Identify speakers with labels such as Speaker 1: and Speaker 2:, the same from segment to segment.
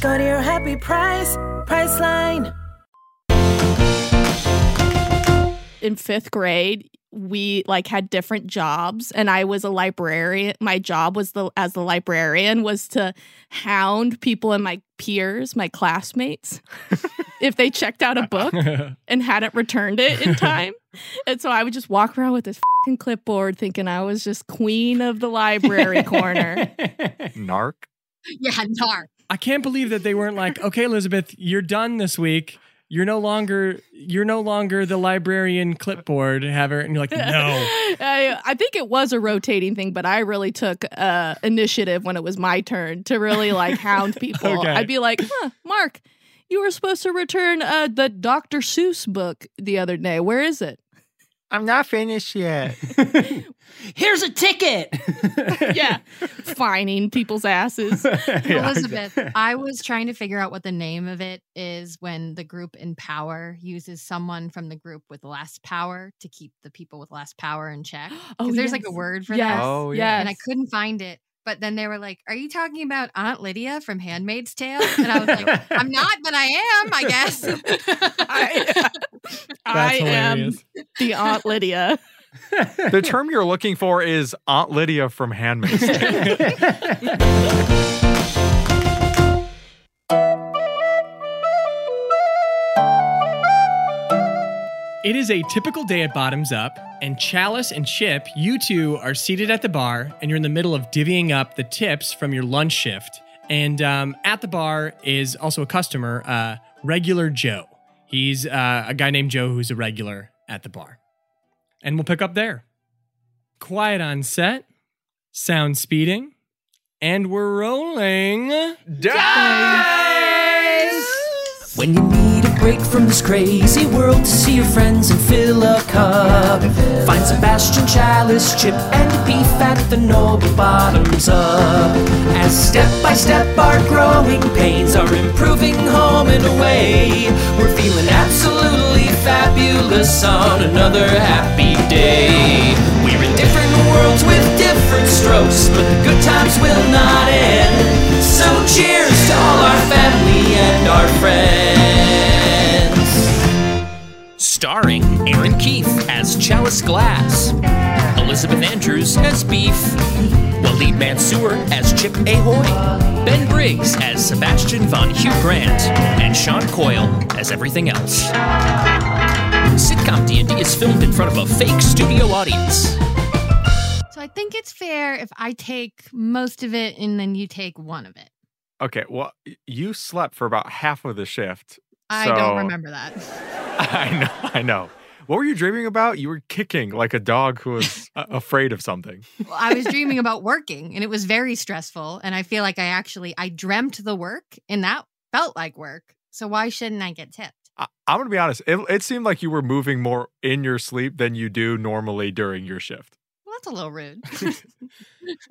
Speaker 1: Go to your happy price, Priceline.
Speaker 2: in fifth grade we like had different jobs and i was a librarian my job was the as the librarian was to hound people and my peers my classmates if they checked out a book and hadn't returned it in time and so i would just walk around with this fing clipboard thinking i was just queen of the library corner
Speaker 3: Narc.
Speaker 4: Yeah, tar.
Speaker 5: I can't believe that they weren't like, okay, Elizabeth, you're done this week. You're no longer you're no longer the librarian clipboard haver, and you're like, no.
Speaker 2: I, I think it was a rotating thing, but I really took uh, initiative when it was my turn to really like hound people.
Speaker 5: Okay.
Speaker 2: I'd be like, huh, Mark, you were supposed to return uh, the Dr. Seuss book the other day. Where is it?
Speaker 3: I'm not finished yet.
Speaker 4: Here's a ticket.
Speaker 2: Yeah. Fining people's asses.
Speaker 4: Elizabeth, I was trying to figure out what the name of it is when the group in power uses someone from the group with less power to keep the people with less power in check. Because
Speaker 2: Oh,
Speaker 4: there's like a
Speaker 2: yes.
Speaker 4: word for
Speaker 2: Yes.
Speaker 4: that.
Speaker 3: Oh,
Speaker 2: yes.
Speaker 4: And I couldn't find it. But then they were like, Are you talking about Aunt Lydia from Handmaid's Tale? And I was like, I'm not, but I am, I guess.
Speaker 2: I, I am the Aunt Lydia.
Speaker 3: the term you're looking for is Aunt Lydia from Handmaid's Tale.
Speaker 5: It is a typical day at Bottoms Up, and Chalice and Chip, you two are seated at the bar, and you're in the middle of divvying up the tips from your lunch shift. And um, at the bar is also a customer, uh, regular Joe. He's uh, a guy named Joe who's a regular at the bar. And we'll pick up there. Quiet on set, sound speeding, and we're rolling.
Speaker 1: When you need a break from this crazy world to see your friends and fill a cup, find Sebastian Chalice, Chip, and Beef at the Noble Bottoms Up. As step by step our growing pains are improving home and away, we're feeling absolutely fabulous on another happy day. We're in different worlds with different strokes, but the good times will not end. So cheers to all our family and our friends. Starring Aaron Keith as Chalice Glass, Elizabeth Andrews as Beef, Waleed Mansour as Chip Ahoy, Ben Briggs as Sebastian von Hugh Grant, and Sean Coyle as everything else. Sitcom D&D is filmed in front of a fake studio audience.
Speaker 4: so I think it's fair if I take most of it and then you take one of it.
Speaker 3: Okay, well, y- you slept for about half of the shift.
Speaker 4: I
Speaker 3: so-
Speaker 4: don't remember that.
Speaker 3: I know, I know. What were you dreaming about? You were kicking like a dog who was a- afraid of something.
Speaker 4: Well, I was dreaming about working and it was very stressful. And I feel like I actually I dreamt the work and that felt like work. So why shouldn't I get tipped?
Speaker 3: I, I'm gonna be honest. It, it seemed like you were moving more in your sleep than you do normally during your shift.
Speaker 4: Well, that's a little rude.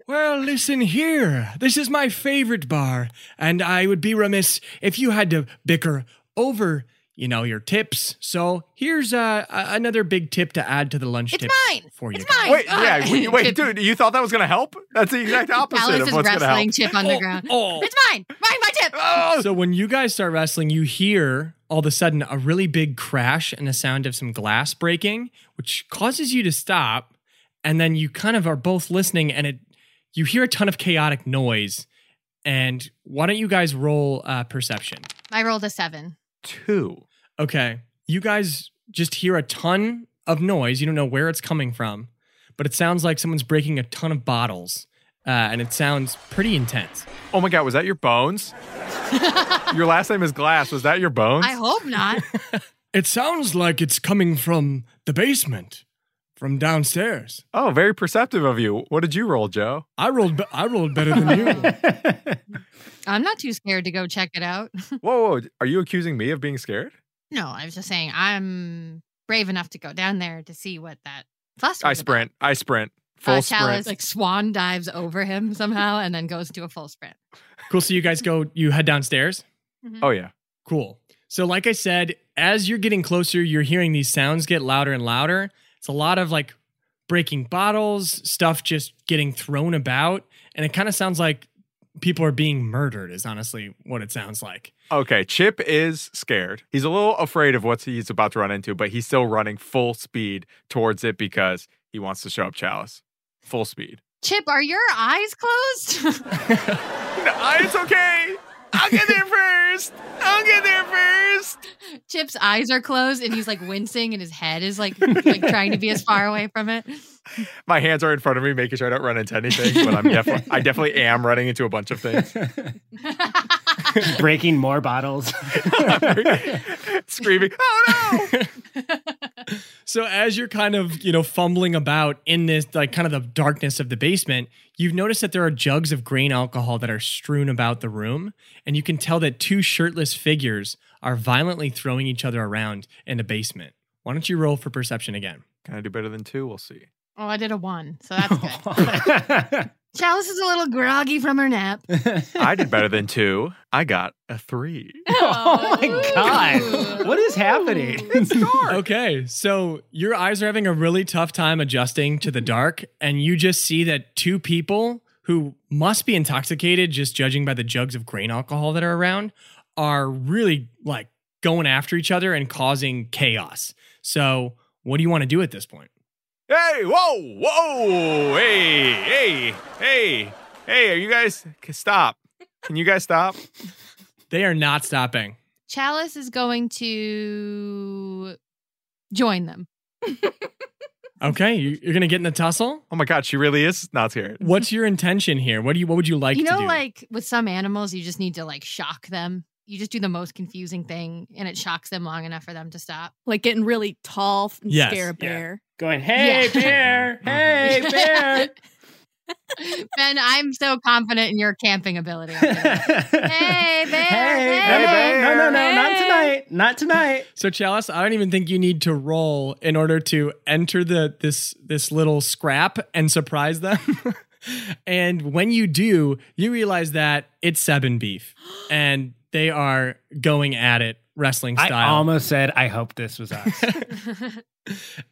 Speaker 5: Well, listen here. This is my favorite bar, and I would be remiss if you had to bicker over, you know, your tips. So here's uh, a- another big tip to add to the lunch
Speaker 4: It's
Speaker 5: tips
Speaker 4: mine.
Speaker 5: for you.
Speaker 4: It's
Speaker 5: guys.
Speaker 4: mine.
Speaker 3: Wait,
Speaker 4: God.
Speaker 3: yeah, wait, wait,
Speaker 4: Chip-
Speaker 3: dude. You thought that was gonna help? That's the exact opposite
Speaker 4: Alice
Speaker 3: of
Speaker 4: is
Speaker 3: what's gonna
Speaker 4: wrestling
Speaker 3: help.
Speaker 4: Chip on the ground.
Speaker 5: Oh,
Speaker 4: It's mine. Mine, my tip.
Speaker 3: Oh,
Speaker 5: So when you guys start wrestling, you hear all of a sudden a really big crash and a sound of some glass breaking, which causes you to stop. And then you kind of are both listening, and it you hear a ton of chaotic noise. And why don't you guys roll uh, perception?
Speaker 4: I rolled a seven.
Speaker 3: two.
Speaker 5: Okay, you guys just hear a ton of noise. You don't know where it's coming from, but it sounds like someone's breaking a ton of bottles, uh, and it sounds pretty intense.
Speaker 3: Oh my god, was that your bones? your last name is Glass. Was that your bones?
Speaker 4: I hope not.
Speaker 5: It sounds like it's coming from the basement, from downstairs.
Speaker 3: oh, very perceptive of you. What did you roll, Joe?
Speaker 5: I rolled. Be- I rolled better than you.
Speaker 4: I'm not too scared to go check it out.
Speaker 3: Whoa, whoa. Are you accusing me of being scared?
Speaker 4: no, I was just saying I'm brave enough to go down there to see what that fuss was.
Speaker 3: I
Speaker 4: about.
Speaker 3: sprint. I sprint. Full
Speaker 4: Uh, Chalice
Speaker 3: sprint.
Speaker 4: like swan dives over him somehow and then goes into a full sprint.
Speaker 5: Cool. So you guys go, you head downstairs.
Speaker 3: Oh, yeah.
Speaker 5: Cool. So, like I said, as you're getting closer, you're hearing these sounds get louder and louder. It's a lot of like breaking bottles, stuff just getting thrown about. And it kind of sounds like people are being murdered, is honestly what it sounds like.
Speaker 3: Okay, Chip is scared. He's a little afraid of what he's about to run into, but he's still running full speed towards it because he wants to show up Chalice. Full speed.
Speaker 4: Chip, are your eyes closed?
Speaker 3: No, it's okay. I'll get there first. I'll get there first.
Speaker 4: Chip's eyes are closed and he's like wincing and his head is like like trying to be as far away from it.
Speaker 3: My hands are in front of me, making sure I don't run into anything, but I'm definitely I definitely am running into a bunch of things.
Speaker 6: Breaking more bottles.
Speaker 3: Screaming, oh no!
Speaker 5: So as you're kind of, you know, fumbling about in this like kind of the darkness of the basement, you've noticed that there are jugs of grain alcohol that are strewn about the room, and you can tell that two shirtless figures are violently throwing each other around in the basement. Why don't you roll for perception again?
Speaker 3: Can I do better than two? We'll see.
Speaker 4: Oh, I did a one, so that's good. Chalice is a little groggy from her nap.
Speaker 3: I did better than two. I got a three.
Speaker 6: oh my
Speaker 4: Ooh.
Speaker 6: god. What is happening?
Speaker 5: Okay, so your eyes are having a really tough time adjusting to the
Speaker 4: Mm-hmm.
Speaker 5: dark, and you just see that two people who must be intoxicated, just judging by the jugs of grain alcohol that are around, are really like going after each other and causing chaos. So, what do you want to do at this point?
Speaker 3: Hey, whoa, whoa, hey, hey, hey, hey, are you guys, c- stop. Can you guys stop?
Speaker 5: They are not stopping.
Speaker 4: Chalice is going to join them.
Speaker 5: Okay, you- you're gonna get in the tussle.
Speaker 3: Oh my God, she really is not scared.
Speaker 5: What's your intention here? What do you? What would you like
Speaker 4: you
Speaker 5: to
Speaker 4: know,
Speaker 5: do?
Speaker 4: like with some animals, you just need to like shock them. You just do the most confusing thing and it shocks them long enough for them to stop.
Speaker 2: Like getting really tall f- and
Speaker 5: Yes,
Speaker 2: scare
Speaker 5: yeah.
Speaker 2: a bear.
Speaker 6: Going, hey
Speaker 4: Yeah.
Speaker 6: bear, hey bear.
Speaker 4: Ben, I'm so confident in your camping ability. I'm gonna-
Speaker 6: hey,
Speaker 4: bear,
Speaker 6: Hey,
Speaker 4: hey,
Speaker 6: bear. No, no, no, not
Speaker 2: bear.
Speaker 6: tonight. Not tonight.
Speaker 5: So Chalice, I don't even think you need to roll in order to enter the this this little scrap and surprise them. and when you do, you realize that it's Seven Beef, and they are going at it wrestling
Speaker 6: I
Speaker 5: style.
Speaker 6: almost said I hope this was us.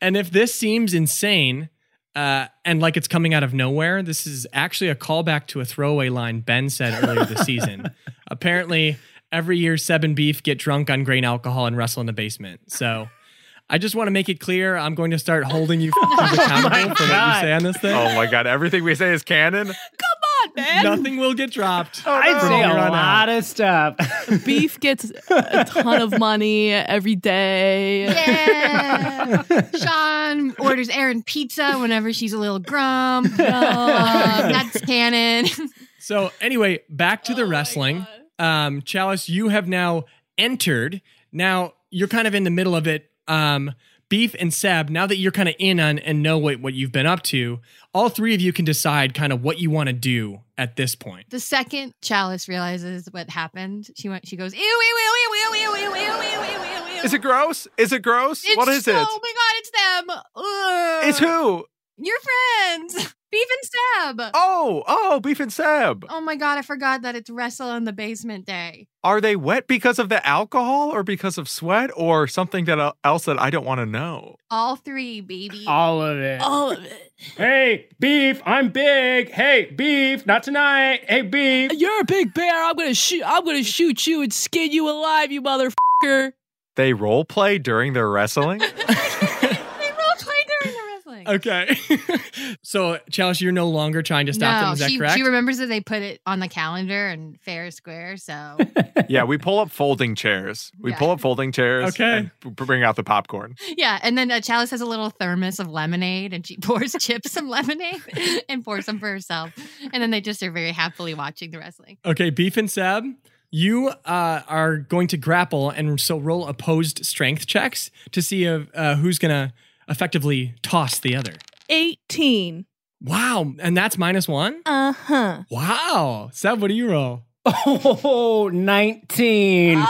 Speaker 5: and if this seems insane uh, and like it's coming out of nowhere, this is actually a callback to a throwaway line Ben said earlier this season. Apparently, every year Seven Beef get drunk on grain alcohol and wrestle in the basement. So I just want to make it clear I'm going to start holding you f- accountable for what you
Speaker 6: God.
Speaker 5: say on this thing.
Speaker 3: Oh my God, everything we say is canon.
Speaker 2: Come on, man.
Speaker 5: Nothing will get dropped.
Speaker 3: Oh,
Speaker 6: I'd
Speaker 5: from
Speaker 6: say
Speaker 5: here
Speaker 6: a
Speaker 5: on out.
Speaker 6: lot of stuff.
Speaker 2: Beef gets a ton of money every day.
Speaker 4: Yeah. Sean orders Erin pizza whenever she's a little grump. No, um, that's canon.
Speaker 5: So anyway, back to the wrestling. Um, Chalice, you have now entered. Now you're kind of in the middle of it. Um, Beef and Seb, now that you're kind of in on and know what, what you've been up to, all three of you can decide kind of what you want to do at this point.
Speaker 4: The second Chalice realizes what happened, she went. She goes, ew, ew, ew, ew, ew, ew, ew, ew, ew, ew, ew.
Speaker 3: Is it gross? Is it gross?
Speaker 4: It's
Speaker 3: what is
Speaker 4: so-
Speaker 3: it?
Speaker 4: Oh my god, it's them. Ugh.
Speaker 3: It's who?
Speaker 4: Your friends, Beef and Seb. Oh.
Speaker 3: Oh, oh, Beef and Seb.
Speaker 4: my god, I forgot that it's wrestle in the basement day.
Speaker 3: Are they wet because of the alcohol or because of sweat or something that else that I don't want to know?
Speaker 4: All three, baby.
Speaker 6: All of it.
Speaker 2: All of it.
Speaker 6: Hey, beef, I'm big. Hey, beef, not tonight. Hey, beef.
Speaker 2: You're a big bear. I'm gonna shoot. I'm gonna shoot you and skin you alive, you motherfucker.
Speaker 3: They role play during their wrestling?
Speaker 4: they role play during the wrestling.
Speaker 5: Okay. so Chalice, you're no longer trying to stop them. Is that
Speaker 4: she,
Speaker 5: correct?
Speaker 4: she remembers that they put it on the calendar and fair square. So
Speaker 3: yeah, we pull up folding chairs. We
Speaker 4: Yeah.
Speaker 3: pull up folding chairs
Speaker 5: Okay.
Speaker 3: and b- bring out the popcorn.
Speaker 4: yeah, and then uh, Chalice has a little thermos of lemonade, and she pours Chip some lemonade and pours some for herself, and then they just are very happily watching the wrestling.
Speaker 5: okay, Beef and Seb, you uh, are going to grapple and so roll opposed strength checks to see if, uh, who's going to effectively toss the other.
Speaker 2: Eighteen.
Speaker 5: Wow. And that's minus one?
Speaker 2: Uh huh.
Speaker 5: Wow. Seb, what do you roll?
Speaker 1: Oh, 19.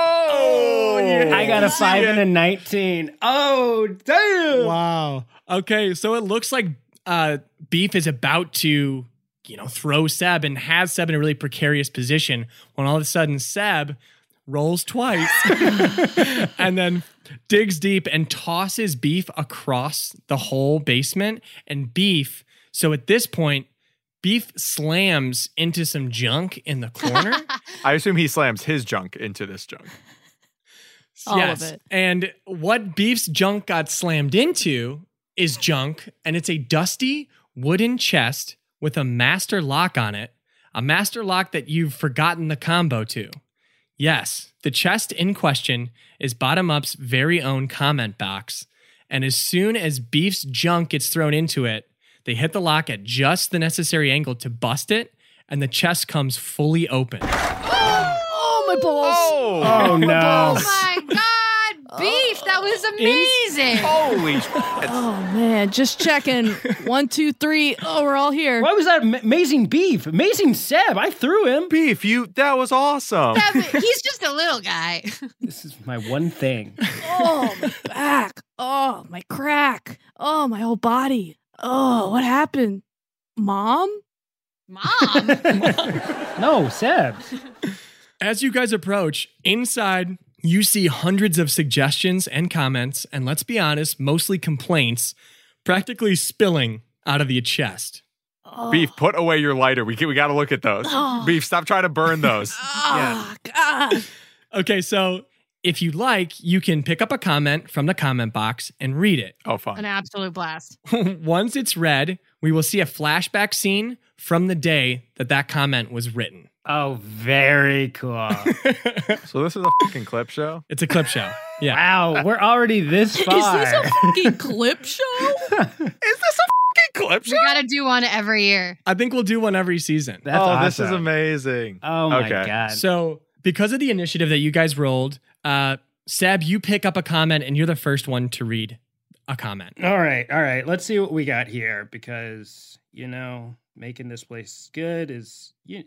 Speaker 3: Oh, yeah.
Speaker 1: I got a 5 and a 19. Oh, damn.
Speaker 5: Wow. Okay, so it looks like uh, Beef is about to, you know, throw Seb and has Seb in a really precarious position when all of a sudden Seb rolls twice and then digs deep and tosses Beef across the whole basement. And Beef, so at this point, Beef slams into some junk in the corner.
Speaker 3: I assume he slams his junk into this junk.
Speaker 2: All of it.
Speaker 5: And what Beef's junk got slammed into is junk, and it's a dusty wooden chest with a master lock on it, a master lock that you've forgotten the combo to. Yes, the chest in question is Bottom Up's very own comment box. And as soon as Beef's junk gets thrown into it, they hit the lock at just the necessary angle to bust it, and the chest comes fully open.
Speaker 2: Oh my balls!
Speaker 3: Oh,
Speaker 1: Oh,
Speaker 4: Oh
Speaker 1: no.
Speaker 4: my god, beef! That was amazing.
Speaker 3: holy! sh-
Speaker 2: Oh man, just checking. One, two, three. Oh, we're all here.
Speaker 1: Why was that am- amazing beef? Amazing Seb. I threw him.
Speaker 3: Beef, you that was awesome.
Speaker 4: That was- He's just a little guy.
Speaker 1: This is my one thing.
Speaker 2: Oh my back. Oh my crack. Oh my whole body. Oh, what happened, Mom?
Speaker 4: Mom.
Speaker 1: No, Seb.
Speaker 5: As you guys approach, inside you see hundreds of suggestions and comments, and let's be honest, mostly complaints, practically spilling out of your chest.
Speaker 3: Beef, put away your lighter. We can, we got to look at those.
Speaker 4: Oh.
Speaker 3: Beef, stop trying to burn those.
Speaker 2: Oh God.
Speaker 5: Okay, so if you like, you can pick up a comment from the comment box and read it.
Speaker 3: Oh,
Speaker 4: An
Speaker 3: fun.
Speaker 4: absolute blast.
Speaker 5: Once it's read, we will see a flashback scene from the day that that comment was written.
Speaker 1: Oh, very cool.
Speaker 3: So this is a fucking clip show.
Speaker 5: It's a clip show. Yeah.
Speaker 1: Wow, we're already this far.
Speaker 2: Is this a fucking clip show?
Speaker 3: Is this a fucking clip
Speaker 4: We gotta do one every year.
Speaker 5: I think we'll do one every season.
Speaker 1: That's
Speaker 3: oh,
Speaker 1: awesome.
Speaker 3: this is amazing.
Speaker 1: Oh my
Speaker 3: Okay.
Speaker 1: god.
Speaker 5: So, because of the initiative that you guys rolled, uh, Seb, you pick up a comment and you're the first one to read a comment.
Speaker 1: all right, all right. Let's see what we got here because you know making this place good is you.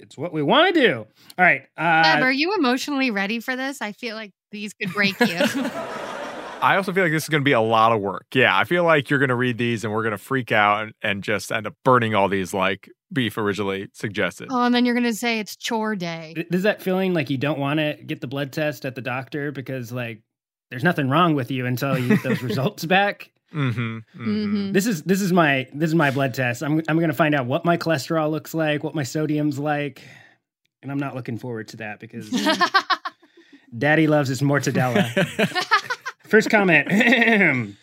Speaker 1: It's what we want to do. All right.
Speaker 4: Seb,
Speaker 1: Uh,
Speaker 4: are you emotionally ready for this? I feel like these could break you.
Speaker 3: I also feel like this is going to be a lot of work. Yeah, I feel like you're going to read these and we're going to freak out and, and just end up burning all these like Beef originally suggested.
Speaker 4: oh, and then you're gonna say it's chore day.
Speaker 1: is that feeling like you don't want to get the blood test at the doctor because like there's nothing wrong with you until you get those results back?
Speaker 3: Mm-hmm, mm-hmm.
Speaker 2: Mhm.
Speaker 1: This is this is my this is my blood test. I'm I'm gonna find out what my cholesterol looks like, what my sodium's like, and I'm not looking forward to that because Daddy loves his mortadella. First comment.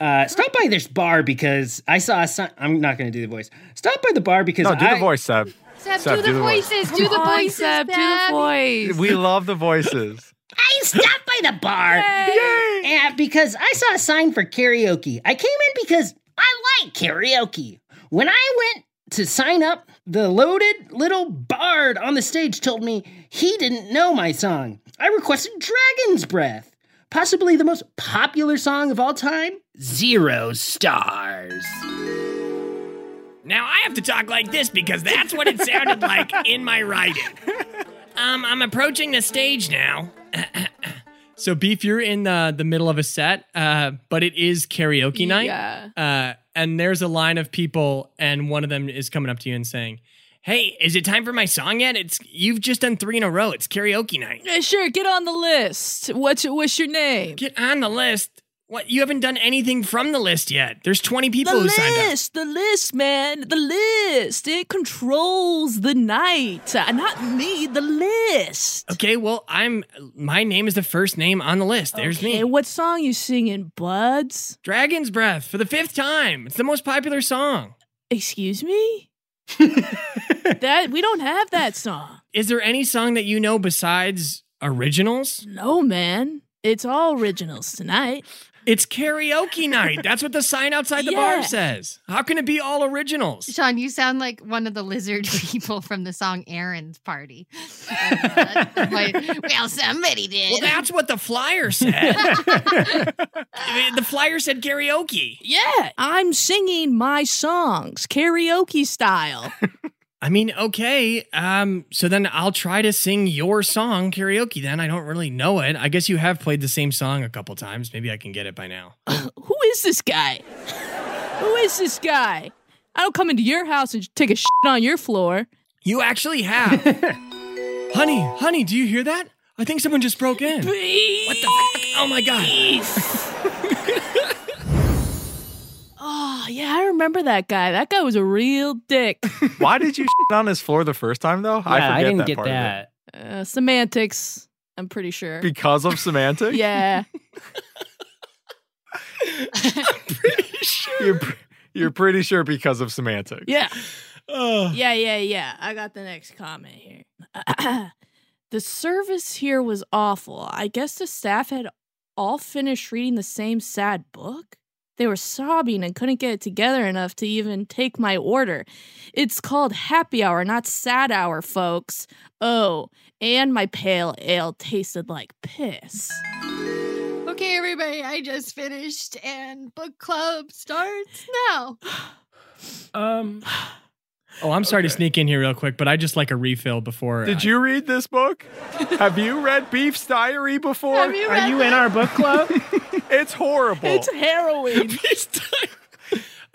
Speaker 1: Uh, stop by this bar because I saw a sign. I'm not going to do the voice. Stop by the bar because
Speaker 3: No, do
Speaker 1: I
Speaker 3: the voice, Seb.
Speaker 4: Seb,
Speaker 3: Seb,
Speaker 4: do, the voices. Do the
Speaker 2: Come on,
Speaker 4: voices.
Speaker 2: Seb, do the
Speaker 4: Seb.
Speaker 2: voice.
Speaker 3: We love the voices.
Speaker 1: I stopped by the bar uh, because I saw a sign for karaoke. I came in because I like karaoke. When I went to sign up, the loaded little bard on the stage told me he didn't know my song. I requested Dragon's Breath, possibly the most popular song of all time. Zero stars.
Speaker 5: Now I have to talk like this because that's what it sounded like in my writing. Um, I'm approaching the stage now. so, Beef, you're in the, the middle of a set, uh, but it is karaoke night.
Speaker 2: Yeah.
Speaker 5: Uh, and there's a line of people, and one of them is coming up to you and saying, Hey, is it time for my song yet? It's you've just done three in a row. It's karaoke night.
Speaker 2: Yeah, sure, get on the list. What's your, what's your name?
Speaker 5: Get on the list. What you haven't done anything from the list yet. There's 20 people
Speaker 2: the
Speaker 5: who signed up.
Speaker 2: list, the list, man, the list. It controls the night. Uh, Not me, the list.
Speaker 5: Okay, well, I'm my name is the first name on the list. There's
Speaker 2: Okay,
Speaker 5: me.
Speaker 2: what song you singing, buds?
Speaker 5: Dragon's Breath for the fifth time. It's the most popular song.
Speaker 2: Excuse me? that we don't have that song.
Speaker 5: Is there any song that you know besides originals?
Speaker 2: No, man. It's all originals tonight.
Speaker 5: It's karaoke night. That's what the sign outside the
Speaker 2: Yeah.
Speaker 5: bar says. How can it be all originals?
Speaker 4: Sean, you sound like one of the lizard people from the song Aaron's Party. Uh, that's why- well, somebody did.
Speaker 5: Well, that's what the flyer said. I mean, the flyer said karaoke.
Speaker 2: Yeah, I'm singing my songs karaoke style.
Speaker 5: I mean, okay. Um, so then I'll try to sing your song karaoke. Then I don't really know it. I guess you have played the same song a couple times. Maybe I can get it by now.
Speaker 2: Who is this guy? Who is this guy? I don't come into your house and take a shit on your floor.
Speaker 5: You actually have. honey, honey, do you hear that? I think someone just broke in. What the fuck? Oh my god.
Speaker 2: Oh, yeah, I remember that guy. That guy was a real dick.
Speaker 3: Why did you shit on his floor the first time though?
Speaker 1: Yeah, I, didn't get
Speaker 3: part of it.
Speaker 1: that.
Speaker 2: Uh, semantics, I'm pretty sure.
Speaker 3: Because of semantics?
Speaker 2: Yeah.
Speaker 3: You're, pr- you're pretty sure because of semantics.
Speaker 2: Yeah.
Speaker 5: Oh.
Speaker 2: Yeah, yeah, yeah. I got the next comment here. the service here was awful. I guess the staff had all finished reading the same sad book. They were sobbing and couldn't get it together enough to even take my order. It's called happy hour, not sad hour, folks. Oh, and my pale ale tasted like piss.
Speaker 4: Okay, everybody, I just finished and book club starts now.
Speaker 1: Um,
Speaker 5: Oh, I'm sorry to
Speaker 3: Okay.
Speaker 5: sneak in here real quick, but I just like a refill before.
Speaker 3: Did
Speaker 5: I-
Speaker 3: you read this book? Have you read Beef's Diary before?
Speaker 4: Have you
Speaker 1: are
Speaker 4: read
Speaker 1: you in our book club?
Speaker 3: It's horrible.
Speaker 2: It's harrowing.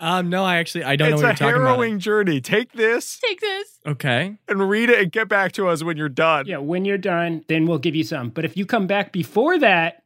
Speaker 5: um, no, I actually I don't
Speaker 3: It's
Speaker 5: know
Speaker 3: a
Speaker 5: what you're talking
Speaker 3: harrowing journey. Take this
Speaker 4: Take this.
Speaker 5: about. Okay.
Speaker 3: and read it and get back to us when you're done.
Speaker 1: yeah, when you're done, then we'll give you some. But if you come back before that,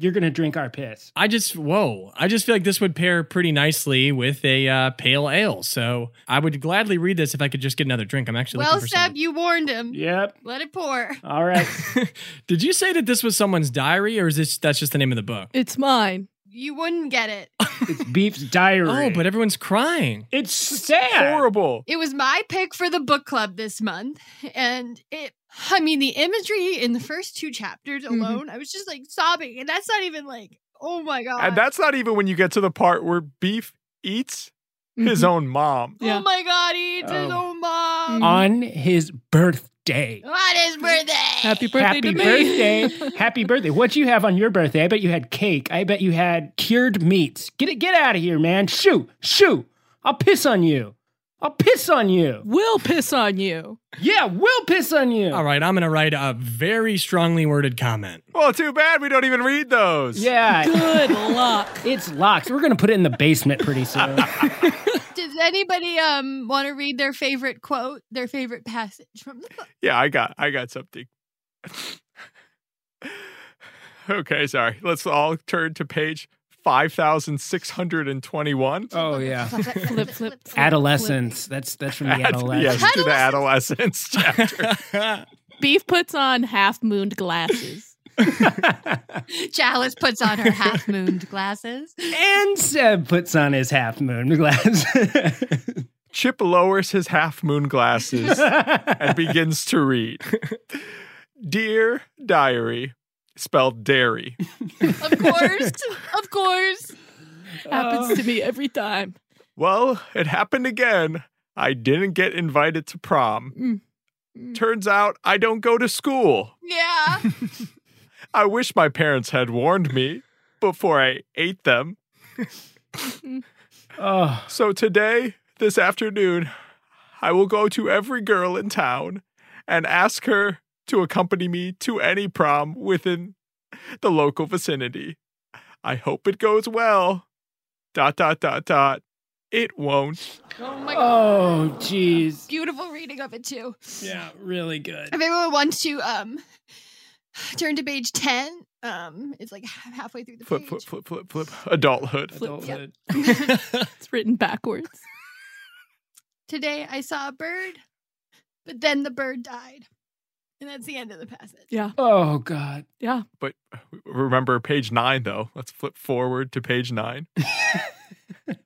Speaker 1: you're gonna drink our piss.
Speaker 5: I just whoa! I just feel like this would pair pretty nicely with a uh, pale ale, so I would gladly read this if I could just get another drink. I'm actually
Speaker 4: Well,
Speaker 5: looking for
Speaker 4: Seb, you warned him.
Speaker 1: Yep.
Speaker 4: Let it pour.
Speaker 1: All right.
Speaker 5: something. Did you say that this was someone's diary, or is this that's just the name of the book?
Speaker 2: it's mine.
Speaker 4: You wouldn't get it.
Speaker 1: It's Beef's diary.
Speaker 5: Oh, but everyone's crying.
Speaker 1: it's sad.
Speaker 3: Horrible.
Speaker 4: It was my pick for the book club this month. And it, I mean, the imagery in the first two chapters alone, I was just like sobbing. And that's not even like, oh my God.
Speaker 3: And that's not even when you get to the part where Beef eats his
Speaker 1: Mm-hmm.
Speaker 3: own mom.
Speaker 4: oh
Speaker 2: Yeah.
Speaker 4: my God, he eats his
Speaker 1: Oh.
Speaker 4: own mom.
Speaker 1: On his birthday.
Speaker 4: On his birthday.
Speaker 2: Happy Oh, birthday to
Speaker 1: Happy
Speaker 2: me.
Speaker 1: birthday. Happy birthday. What you have on your birthday? I bet you had cake. I bet you had cured meats. Get it get out of here, man. Shoo. Shoo. I'll piss on you. I'll piss on you.
Speaker 2: We'll piss on you.
Speaker 1: Yeah, we'll piss on you.
Speaker 5: All right, I'm gonna write a very strongly worded comment.
Speaker 3: Well, too bad we don't even read those.
Speaker 1: Yeah.
Speaker 2: Good luck.
Speaker 1: It's locked. We're gonna put it in the basement pretty soon.
Speaker 4: Does anybody um want to read their favorite quote, their favorite passage from the book?
Speaker 3: Yeah, I got I got something. okay, sorry. Let's all turn to page 5621.
Speaker 1: oh yeah.
Speaker 4: Flip, flip, flip, flip, flip.
Speaker 1: Adolescence. That's that's from the adolescence.
Speaker 3: yes, to the adolescence chapter.
Speaker 2: Beef puts on half mooned glasses.
Speaker 4: Chalice puts on her half mooned glasses.
Speaker 1: And Seb puts on his half moon glass.
Speaker 3: Chip lowers his half moon glasses and begins to read. Dear diary, spelled dairy.
Speaker 4: Of course. of course.
Speaker 2: Happens to me every time.
Speaker 3: Well, it happened again. I didn't get invited to
Speaker 2: Mm.
Speaker 3: prom. Turns out I don't go to school.
Speaker 4: Yeah.
Speaker 3: I wish my parents had warned me before I ate them.
Speaker 1: oh,
Speaker 3: So today, this afternoon, I will go to every girl in town and ask her to accompany me to any prom within the local vicinity. I hope it goes well. Dot dot dot dot. It won't.
Speaker 4: Oh my god.
Speaker 1: oh jeez.
Speaker 4: Beautiful reading of it too.
Speaker 1: Yeah, really good.
Speaker 4: If anyone wants to um turn to page ten, um, it's like ha- halfway through the
Speaker 3: Flip
Speaker 4: page.
Speaker 3: flip flip flip flip. Adulthood.
Speaker 1: Adulthood.
Speaker 2: It's written backwards.
Speaker 4: Today I saw a bird, but then the bird died. And that's the end of the passage.
Speaker 1: Oh God.
Speaker 2: Yeah.
Speaker 3: But remember page nine though. Let's flip forward to page nine. and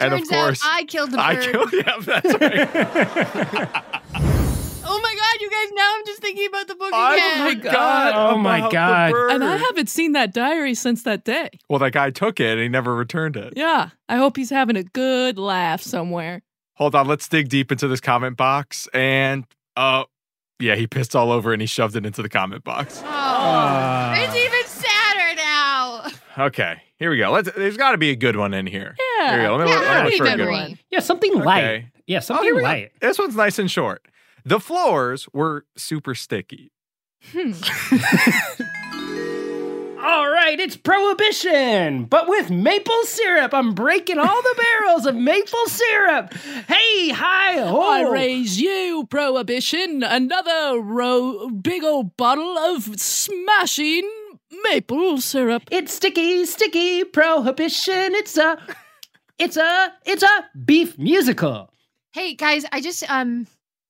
Speaker 4: Turns
Speaker 3: of course,
Speaker 4: out I killed the bird.
Speaker 3: I killed. Yeah, that's right.
Speaker 4: Oh my god, you guys, now I'm just thinking about
Speaker 3: Oh
Speaker 4: the book again.
Speaker 3: I forgot.
Speaker 1: Oh my
Speaker 3: about the
Speaker 1: God.
Speaker 3: bird.
Speaker 2: And I haven't seen that diary since that day.
Speaker 3: Well, that guy took it and he never returned it.
Speaker 2: Yeah. I hope he's having a good laugh somewhere.
Speaker 3: Hold on, let's dig deep into this comment box. And uh yeah, he pissed all over and he shoved it into the comment box.
Speaker 4: Oh, it's even sadder now.
Speaker 3: Okay, here we go. Let's there's gotta be a good one in here.
Speaker 2: Yeah.
Speaker 3: Here we go. Let me,
Speaker 4: Yeah,
Speaker 3: let me
Speaker 4: happy
Speaker 3: look for a good
Speaker 4: memory.
Speaker 3: one.
Speaker 1: Yeah, something light.
Speaker 3: Okay.
Speaker 1: Yeah, something
Speaker 3: here we go.
Speaker 1: light.
Speaker 3: This one's nice and short. The floors were super sticky.
Speaker 1: All right, it's prohibition, but with maple syrup. I'm breaking all the barrels of maple syrup. Hey, hi, ho.
Speaker 7: I raise you, Prohibition, another ro- big old bottle of smashing maple syrup.
Speaker 1: It's sticky, sticky prohibition. It's a, it's a, it's a beef musical.
Speaker 4: Hey guys, I just um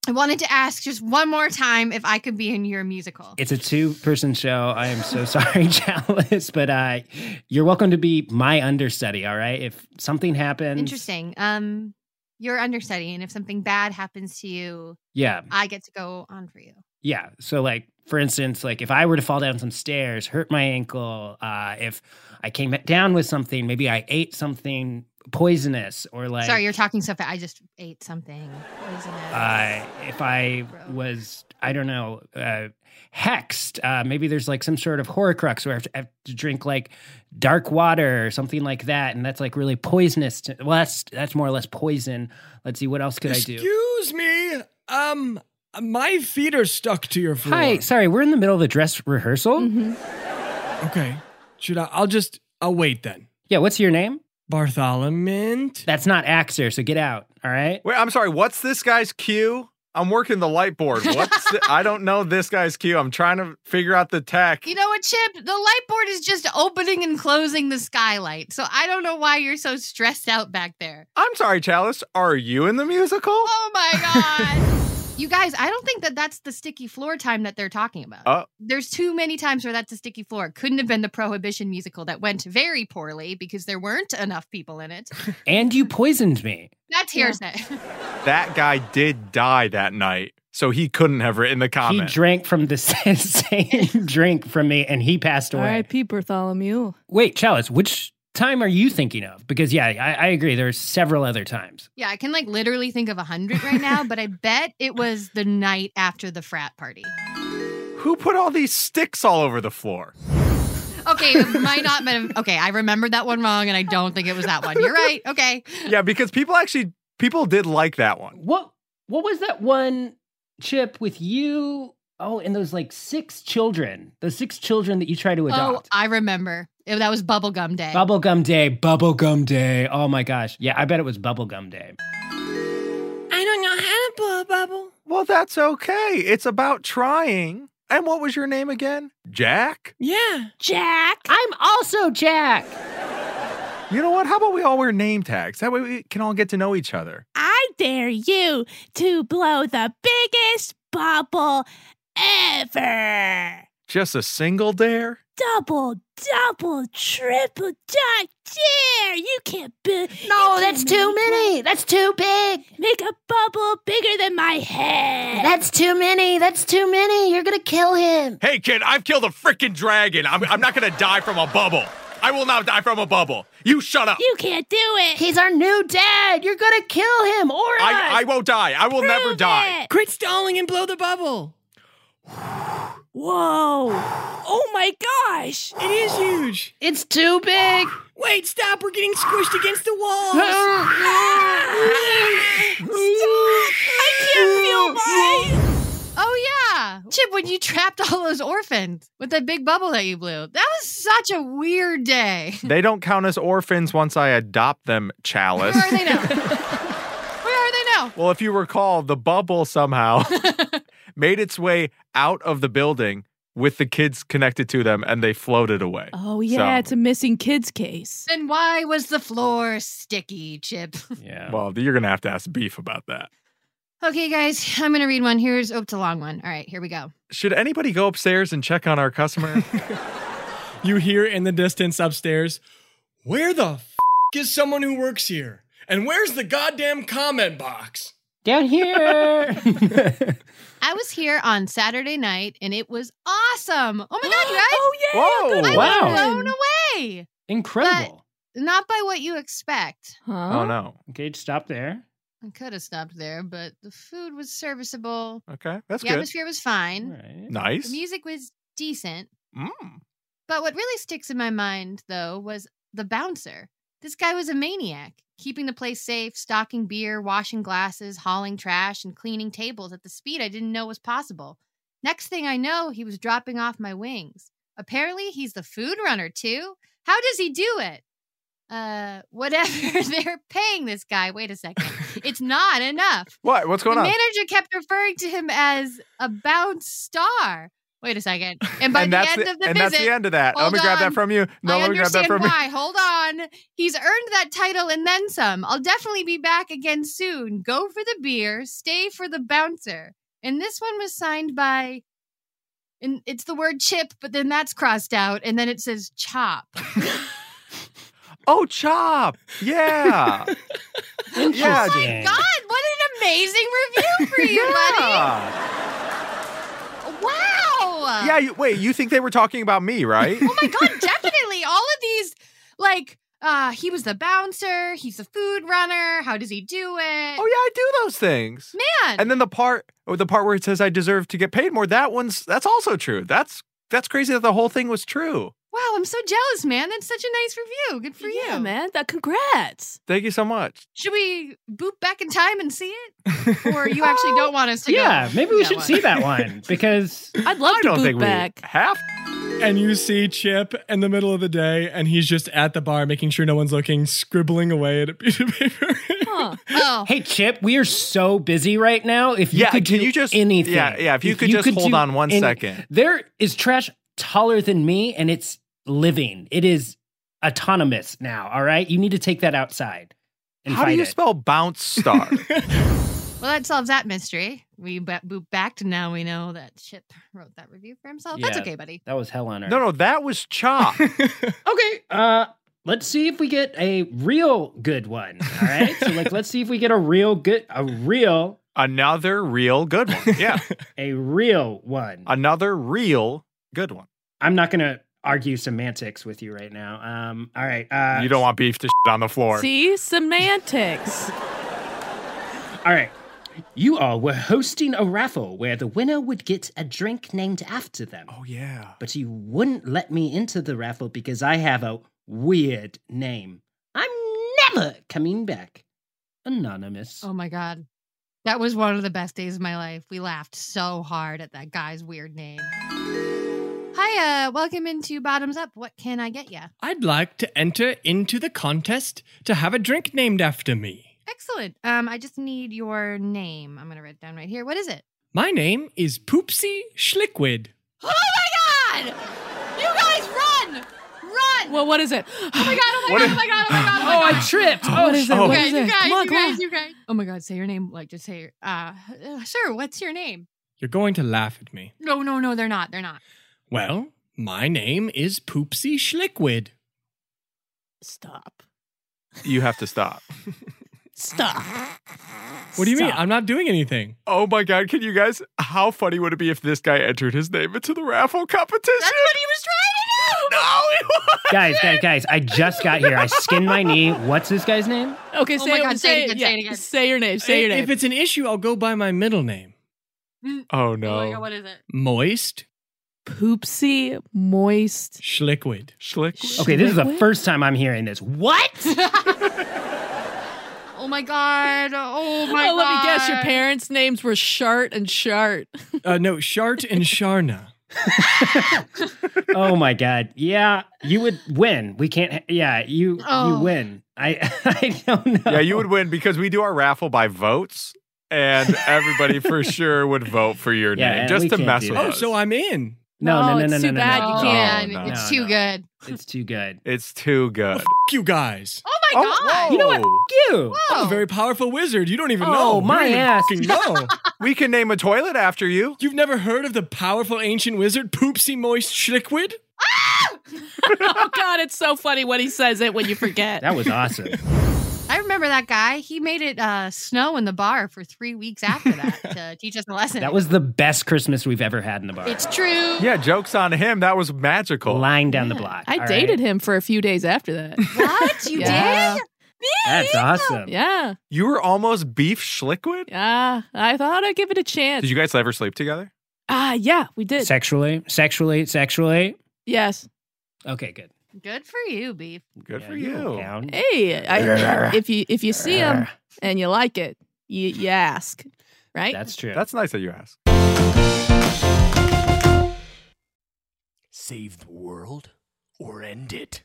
Speaker 4: I wanted to ask just one more time if I could be in your musical.
Speaker 1: It's a two-person show. I am so sorry, Chalice, but uh, you're welcome to be my understudy. All right, if something happens,
Speaker 4: Interesting. Um you're understudy and if something bad happens to you,
Speaker 1: Yeah,
Speaker 4: I get to go on for you.
Speaker 1: Yeah. So like for instance, like if I were to fall down some stairs, hurt my ankle, uh, if I came down with something, maybe I ate something poisonous or like
Speaker 4: Sorry, you're talking so fast. I just ate something. poisonous.
Speaker 1: uh, if I was I don't know, uh, hexed, uh, maybe there's like some sort of horcrux where I have to, I have to drink like dark water or something like that, and that's like really poisonous. To, well, that's that's more or less poison. Let's see, what else could I do?
Speaker 5: Excuse me. Um, my feet are stuck to your floor.
Speaker 1: Hi, sorry, we're in the middle of a dress rehearsal.
Speaker 4: Mm-hmm.
Speaker 5: Okay. Should I? I'll just. I'll wait then.
Speaker 1: Yeah, what's your name?
Speaker 5: Bartholomew.
Speaker 1: That's not Axer, so get out. All right.
Speaker 3: Wait, I'm sorry. What's this guy's cue? I'm working the light board. What's the, I don't know this guy's cue. I'm trying to figure out the tech.
Speaker 4: You know what, Chip? The light board is just opening and closing the skylight. So I don't know why you're so stressed out back there.
Speaker 3: I'm sorry, Chalice. Are you in the musical?
Speaker 4: Oh my God. you guys, I don't think that that's the sticky floor time that they're talking about.
Speaker 3: Oh.
Speaker 4: There's too many times where that's a sticky floor. It couldn't have been the Prohibition musical that went very poorly because there weren't enough people in it.
Speaker 1: And you poisoned me.
Speaker 4: That's hearsay.
Speaker 3: That guy did die that night, so he couldn't have written the comment.
Speaker 1: He drank from the sa- same drink from me and he passed away.
Speaker 2: R.I.P. Bartholomew.
Speaker 1: Wait, Chalice, which time are you thinking of? Because, yeah, I, I agree. There's several other times.
Speaker 4: yeah, I can like literally think of a hundred right now, but I bet it was the night after the frat party.
Speaker 3: Who put all these sticks all over the floor?
Speaker 4: Okay, it might not have. Okay, I remembered that one wrong, and I don't think it was that one. You're right. Okay,
Speaker 3: Yeah, because people actually people did like that one.
Speaker 1: What What was that one chip with you? Oh, and those like six children, those six children that you try to adopt.
Speaker 4: Oh, I remember. It- that was bubblegum day.
Speaker 1: Bubblegum Day, Bubblegum Day. Oh my gosh. Yeah, I bet it was Bubblegum Day.
Speaker 5: I don't know how to blow a bubble.
Speaker 3: Well, that's okay. It's about trying. And what was your name again? Jack?
Speaker 5: Yeah.
Speaker 7: Jack!
Speaker 1: I'm also Jack.
Speaker 3: You know what? How about we all wear name tags? That way we can all get to know each other.
Speaker 7: I dare you to blow the biggest bubble ever!
Speaker 3: Just a single dare?
Speaker 7: Double, double, triple dot dare! You can't build.
Speaker 6: No, that's too many. That's too big.
Speaker 7: Make a bubble bigger than my head.
Speaker 6: That's too many. That's too many. You're going to kill him.
Speaker 3: Hey, kid, I've killed a freaking dragon. I'm, I'm not going to die from a bubble. I will not die from a bubble. You shut up.
Speaker 7: You can't do it.
Speaker 6: He's our new dad. You're going to kill him or
Speaker 3: I, I
Speaker 6: us.
Speaker 3: won't die. I will never
Speaker 7: Prove
Speaker 3: die.
Speaker 7: it.
Speaker 5: Quit stalling and blow the bubble.
Speaker 7: Whoa! Oh my gosh!
Speaker 5: It is huge.
Speaker 6: It's too big.
Speaker 5: Wait, stop. We're getting squished against the walls.
Speaker 7: I can't feel mine.
Speaker 4: oh yeah, Chip, when you trapped all those orphans with that big bubble that you blew, that was such a weird day.
Speaker 3: They don't count as orphans once I adopt them, Chalice.
Speaker 4: Where are they now? Where are they now?
Speaker 3: well, if you recall, the bubble somehow made its way out of the building with the kids connected to them and they floated away.
Speaker 2: Oh yeah,
Speaker 3: So-
Speaker 2: it's a missing kids case.
Speaker 4: Then why was the floor sticky, Chip?
Speaker 1: Yeah.
Speaker 3: Well, you're going to have to ask Beef about that.
Speaker 4: Okay, guys, I'm gonna read one. Here's oh, it's a long one. All right, here we go.
Speaker 3: Should anybody go upstairs and check on our customer?
Speaker 5: You hear in the distance upstairs, where the f- is someone who works here? And where's the goddamn comment box?
Speaker 1: Down here.
Speaker 4: I was here on Saturday night, and it was awesome. Oh my god, you guys!
Speaker 7: Oh yeah!
Speaker 3: Whoa!
Speaker 4: I
Speaker 1: Wow.
Speaker 4: was blown away.
Speaker 1: Incredible.
Speaker 4: Not by what you expect.
Speaker 2: Huh?
Speaker 3: Oh, no.
Speaker 1: okay, stop there.
Speaker 4: I could have stopped there, but the food was serviceable.
Speaker 3: Okay. That's
Speaker 4: the
Speaker 3: good.
Speaker 4: atmosphere was fine.
Speaker 1: Right.
Speaker 4: The
Speaker 3: Nice.
Speaker 4: music was decent.
Speaker 3: Mm.
Speaker 4: But what really sticks in my mind, though, was the bouncer. This guy was a maniac. keeping the place safe, stocking beer, washing glasses, hauling trash, and cleaning tables at the speed I didn't know was possible. Next thing I know, he was dropping off my wings. Apparently, he's the food runner, too. How does he do it? Uh, whatever. They're paying this guy. Wait a second. It's not enough.
Speaker 3: What? What's going
Speaker 4: the
Speaker 3: on?
Speaker 4: manager kept referring to him as a bounce star. Wait a second. And by
Speaker 3: and
Speaker 4: the
Speaker 3: that's
Speaker 4: end of the
Speaker 3: and
Speaker 4: visit,
Speaker 3: that's the end of that. let
Speaker 4: Hold
Speaker 3: me grab
Speaker 4: on.
Speaker 3: that from you. No,
Speaker 4: I
Speaker 3: let me grab that
Speaker 4: understand
Speaker 3: from you.
Speaker 4: why. Hold on. He's earned that title and then some. I'll definitely be back again soon. Go for the beer, stay for the bouncer. And this one was signed by and it's the word chip, but then that's crossed out, and then it says chop.
Speaker 3: Ah, Oh, chop! Yeah, yeah,
Speaker 4: Oh, God, what an amazing review for you,
Speaker 3: yeah.
Speaker 4: buddy. Wow.
Speaker 3: yeah you, wait, you think they were talking about me, right?
Speaker 4: Uh. Oh my god, definitely all of these like uh he was the bouncer, he's a food runner, how does he do
Speaker 3: Oh
Speaker 4: it?
Speaker 3: yeah, I do those things.
Speaker 4: Man.
Speaker 3: And then the part, oh, the part where it says I deserve to get paid more. That one's that's also true. That's that's crazy that the whole thing was true.
Speaker 4: Wow, I'm so jealous, man. That's such a nice review. Good for
Speaker 7: yeah,
Speaker 4: you.
Speaker 7: man. That congrats.
Speaker 3: Thank you so much.
Speaker 4: Should we boop back in time and see it? Or you actually don't want us to go
Speaker 1: Yeah, maybe we
Speaker 4: that
Speaker 1: should
Speaker 4: one?
Speaker 1: see that one because
Speaker 7: I'd love
Speaker 3: I
Speaker 7: to
Speaker 3: don't
Speaker 7: boot
Speaker 3: think
Speaker 7: back.
Speaker 3: we have.
Speaker 5: And you see Chip in the middle of the day, and he's just at the bar making sure no one's looking, scribbling away at a piece of paper.
Speaker 7: Huh.
Speaker 4: Oh.
Speaker 1: hey Chip, we are so busy right now. If you
Speaker 3: Yeah,
Speaker 1: could
Speaker 3: can
Speaker 1: do
Speaker 3: you just-
Speaker 1: anything?
Speaker 3: yeah, yeah, if you could just hold
Speaker 1: do
Speaker 3: on one
Speaker 1: any-
Speaker 3: second.
Speaker 1: There is trash taller than me, and it's living. It is autonomous now. All right, you need to take that outside. And
Speaker 3: How do
Speaker 1: fight
Speaker 3: you
Speaker 1: it.
Speaker 3: spell bounce star?
Speaker 4: Well, that solves that mystery. We ba- boop back to now we know that Chip wrote that review for himself. That's
Speaker 1: Yeah.
Speaker 4: okay, buddy.
Speaker 1: That was hell on earth.
Speaker 3: no, no, that was chop.
Speaker 1: Okay. Uh let's see if we get a real good one. All right. so like let's see if we get a real good a real
Speaker 3: Another real good one. Yeah,
Speaker 1: a real one.
Speaker 3: another real good one.
Speaker 1: I'm not gonna argue semantics with you right now. Um all right. Uh
Speaker 3: You don't want beef to shit on the floor.
Speaker 7: See semantics.
Speaker 1: all right. You all were hosting a raffle where the winner would get a drink named after them.
Speaker 3: Oh yeah.
Speaker 1: But you wouldn't let me into the raffle because I have a weird name. I'm never coming back. Anonymous.
Speaker 7: Um,
Speaker 4: Oh my god. That was one of the best days of my life. We laughed so hard at that guy's weird name. Hi, uh, welcome into Bottoms Up. What can I get you?
Speaker 5: I'd like to enter into the contest to have a drink named after me.
Speaker 4: Excellent. Um, I just need your name. I'm gonna write it down right here. What is it?
Speaker 5: My name is Poopsie Schliquid.
Speaker 4: Oh my god! You guys run! Run!
Speaker 7: well, what is it?
Speaker 4: oh my god, oh my
Speaker 3: What
Speaker 4: god,
Speaker 3: is-
Speaker 4: oh my god, oh my god, oh my
Speaker 7: Oh,
Speaker 4: god.
Speaker 7: I tripped. Oh, what is it?
Speaker 3: oh.
Speaker 4: You
Speaker 7: What
Speaker 4: guys,
Speaker 7: is
Speaker 4: you
Speaker 7: it?
Speaker 4: guys,
Speaker 7: Come on,
Speaker 4: you
Speaker 7: come
Speaker 4: guys,
Speaker 7: on.
Speaker 4: you guys. Oh my god, say your name. Like just say uh, uh sir, what's your name?
Speaker 5: You're going to laugh at me.
Speaker 4: No, no, no, they're not. They're not.
Speaker 5: Well, my name is Poopsie Schliquid.
Speaker 7: Stop.
Speaker 3: You have to stop.
Speaker 7: Stop.
Speaker 5: What do you mean?
Speaker 7: Stop.
Speaker 5: I'm not doing anything.
Speaker 3: Oh my god, can you guys how funny would it be if this guy entered his name into the raffle competition?
Speaker 4: That's what he was trying to do.
Speaker 3: no, it was
Speaker 1: guys, guys, guys, I just got here. I skinned my knee. What's this guy's name?
Speaker 7: Okay,
Speaker 4: Oh
Speaker 7: say,
Speaker 4: my
Speaker 7: it-
Speaker 4: God, say it again,
Speaker 7: yeah,
Speaker 4: say it again.
Speaker 7: Say your name. Say your name.
Speaker 5: If it's an issue, I'll go by my middle name.
Speaker 3: Oh
Speaker 4: Oh my
Speaker 3: no.
Speaker 4: god, what is it?
Speaker 5: Moist
Speaker 7: Poopsie moist.
Speaker 5: Schliquid.
Speaker 3: Schlick.
Speaker 1: Okay, this is the
Speaker 7: Schliquid?
Speaker 1: first time I'm hearing this. What?
Speaker 4: Oh my god. Oh my
Speaker 7: Oh,
Speaker 4: god.
Speaker 7: let me guess. Your parents' names were Shart and Shart.
Speaker 5: Uh, no, Shart and Sharna.
Speaker 1: oh my god. Yeah, you would win. We can't. ha- Yeah, you
Speaker 4: Oh.
Speaker 1: you win. I I don't know.
Speaker 3: Yeah, you would win because we do our raffle by votes, and everybody for sure would vote for your
Speaker 1: Yeah,
Speaker 3: name
Speaker 1: and
Speaker 3: just
Speaker 1: we
Speaker 3: to
Speaker 1: can't
Speaker 3: mess
Speaker 1: do
Speaker 3: with
Speaker 1: that.
Speaker 5: Oh,
Speaker 3: us.
Speaker 5: so I'm in.
Speaker 1: No, no,
Speaker 7: No,
Speaker 1: no,
Speaker 7: it's
Speaker 1: no,
Speaker 7: too
Speaker 1: no,
Speaker 7: bad
Speaker 1: no.
Speaker 7: you
Speaker 4: Oh,
Speaker 7: can't.
Speaker 3: No,
Speaker 4: no,
Speaker 3: no,
Speaker 4: it's
Speaker 1: no.
Speaker 4: too good.
Speaker 1: It's too good.
Speaker 3: it's too good.
Speaker 5: F- you guys.
Speaker 4: Oh my god.
Speaker 1: You know what?
Speaker 3: whoa.
Speaker 1: F- You.
Speaker 5: I'm a very powerful wizard. You don't even
Speaker 1: Oh,
Speaker 5: know.
Speaker 1: my
Speaker 5: you
Speaker 1: ass.
Speaker 5: No.
Speaker 3: We can name a toilet after you.
Speaker 5: You've never heard of the powerful ancient wizard Poopsie Moist Schliquid?
Speaker 7: oh God, it's so funny when he says it when you forget.
Speaker 1: That was awesome.
Speaker 4: I remember that guy. He made it uh, snow in the bar for three weeks after that to teach us a lesson.
Speaker 1: that was the best Christmas we've ever had in the bar.
Speaker 4: It's true.
Speaker 3: Yeah, jokes on him. That was magical.
Speaker 1: Lying down the
Speaker 7: Yeah.
Speaker 1: block.
Speaker 7: I
Speaker 1: all
Speaker 7: dated
Speaker 1: right?
Speaker 7: him for a few days after that.
Speaker 4: What you
Speaker 7: Yeah.
Speaker 4: did?
Speaker 1: That's awesome.
Speaker 7: yeah,
Speaker 3: You were almost beef schliquid.
Speaker 7: yeah. I thought I'd give it a chance.
Speaker 3: Did you guys ever sleep together?
Speaker 7: Ah, yeah, we did.
Speaker 1: Sexually, sexually, sexually.
Speaker 7: yes.
Speaker 1: Okay, good.
Speaker 4: Good for you, Beef.
Speaker 3: Good
Speaker 1: Yeah,
Speaker 3: for
Speaker 1: look
Speaker 3: you.
Speaker 1: down.
Speaker 2: Hey, I, if you if you see them and you like it, you, you ask, right?
Speaker 1: That's true.
Speaker 3: That's nice that you ask.
Speaker 8: Save the world or end it.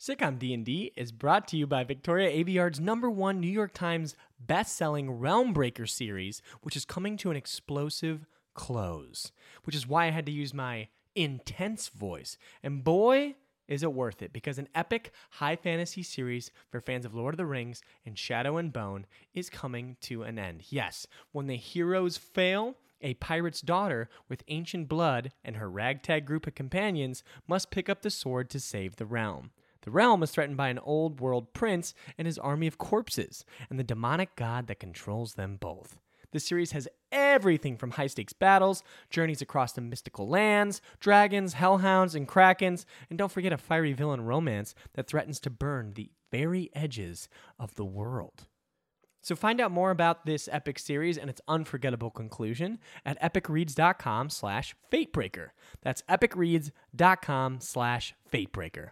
Speaker 5: Sitcom D&D is brought to you by Victoria Aveyard's number one New York Times best-selling Realmbreaker series, which is coming to an explosive close, which is why I had to use my intense voice. And boy, is it worth it, because an epic high fantasy series for fans of Lord of the Rings and Shadow and Bone is coming to an end. Yes, when the heroes fail, a pirate's daughter with ancient blood and her ragtag group of companions must pick up the sword to save the realm. The realm is threatened by an old world prince and his army of corpses, and the demonic god that controls them both. The series has everything from high stakes battles, journeys across the mystical lands, dragons, hellhounds, and krakens, and don't forget a fiery villain romance that threatens to burn the very edges of the world. So find out more about this epic series and its unforgettable conclusion at epicreads.com slash fatebreaker. That's epicreads.com slash fatebreaker.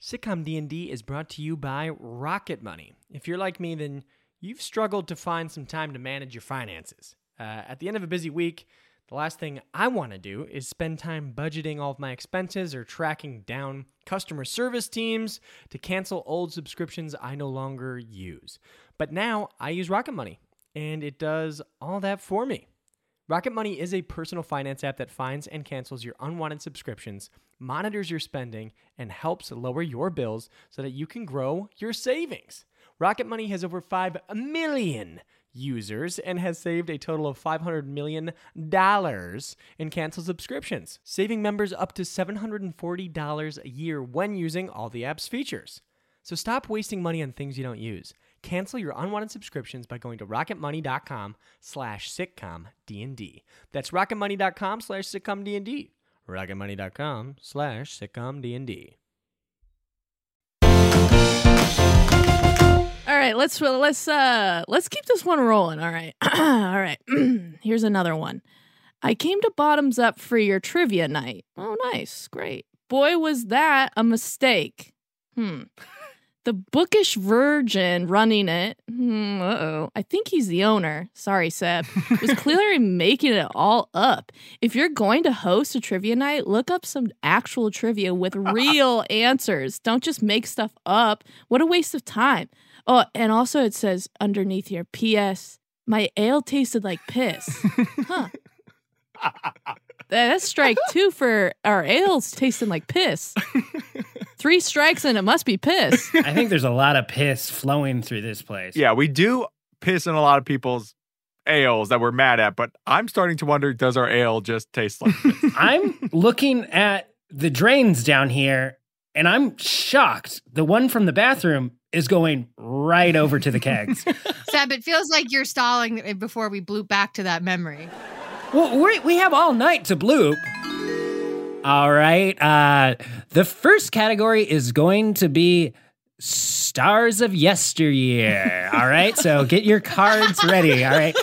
Speaker 5: Sitcom D&D is brought to you by Rocket Money. If you're like me, then you've struggled to find some time to manage your finances. Uh, at the end of a busy week, the last thing I want to do is spend time budgeting all of my expenses or tracking down customer service teams to cancel old subscriptions I no longer use. But now I use Rocket Money, and it does all that for me. Rocket Money is a personal finance app that finds and cancels your unwanted subscriptions, monitors your spending, and helps lower your bills so that you can grow your savings. Rocket Money has over 5 million users and has saved a total of $500 million in canceled subscriptions, saving members up to $740 a year when using all the app's features. So stop wasting money on things you don't use. Cancel your unwanted subscriptions by going to rocketmoney.com slash sitcom D&D. That's rocketmoney.com slash sitcom D&D. rocketmoney.com slash sitcom D&D.
Speaker 2: All right, let's let's uh let's keep this one rolling. All right. All right. Here's another one. I came to Bottoms Up for your trivia night. Oh, nice. Great. Boy was that a mistake. Hmm. The bookish virgin running it. Hmm, uh-oh. I think he's the owner. Sorry, Seb. Was clearly making it all up. If you're going to host a trivia night, look up some actual trivia with real answers. Don't just make stuff up. What a waste of time. Oh, and also it says underneath here, P.S. My ale tasted like piss. huh. That- That's strike two for our ales tasting like piss. Three strikes and it must be piss.
Speaker 1: I think there's a lot of piss flowing through this place.
Speaker 3: Yeah, we do piss in a lot of people's ales that we're mad at, but I'm starting to wonder does our ale just taste like piss?
Speaker 1: I'm looking at the drains down here and I'm shocked. The one from the bathroom is going right over to the kegs.
Speaker 4: Seb, it feels like you're stalling eh, before we blew back to that memory.
Speaker 1: well, we, we have all night to bloop. All right. Uh, the first category is going to be stars of yesteryear. All right. So get your cards ready. All right.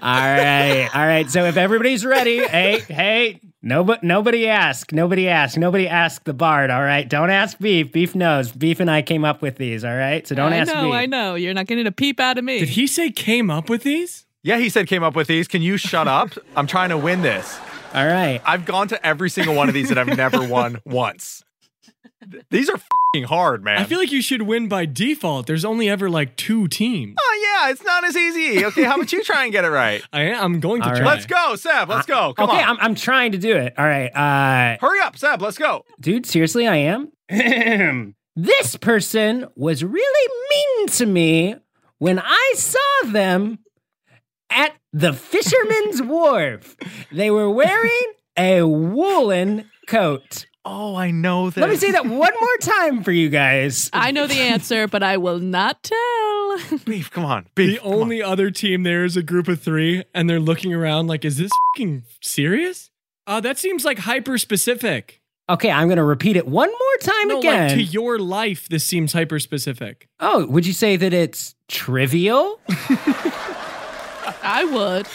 Speaker 1: All right. All right. So if everybody's ready, hey, hey, nobody, nobody ask. Nobody ask. Nobody ask the bard. All right. Don't ask Beef. Beef knows. Beef and I came up with these. All right. So don't
Speaker 9: I
Speaker 1: ask
Speaker 9: know,
Speaker 1: Beef.
Speaker 9: I know. You're not getting a peep out of me.
Speaker 10: Did he say came up with these?
Speaker 3: yeah, he said came up with these. Can you shut up? I'm trying to win this.
Speaker 1: All right.
Speaker 3: I've gone to every single one of these and I've never won once. Th- These are fing hard, man.
Speaker 10: I feel like you should win by default. There's only ever like two teams.
Speaker 3: oh yeah, it's not as easy. Okay, how about you try and get it right?
Speaker 10: I am going to
Speaker 1: All
Speaker 10: try.
Speaker 1: right.
Speaker 3: Let's go, Seb. Let's
Speaker 5: Uh,
Speaker 3: go. Come
Speaker 1: okay.
Speaker 3: on.
Speaker 1: I'm, I'm trying to do it. All right. Uh,
Speaker 3: Hurry up, Seb. Let's go.
Speaker 1: Dude, seriously, I am. this person was really mean to me when I saw them at the Fisherman's Wharf. They were wearing a woolen coat.
Speaker 3: Oh, I know this.
Speaker 1: Let me say that one more time for you guys.
Speaker 2: I know the answer, but I will not tell.
Speaker 3: Beef, come on. Beef.
Speaker 10: The
Speaker 3: come on.
Speaker 10: only other team there is a group of three, and they're looking around like, is this fucking serious? Uh, that seems like hyper specific.
Speaker 1: Okay, I'm going to repeat it one more time
Speaker 10: No, like
Speaker 1: again.
Speaker 10: to your life, this seems hyper specific.
Speaker 1: oh, would you say that it's trivial?
Speaker 2: I would.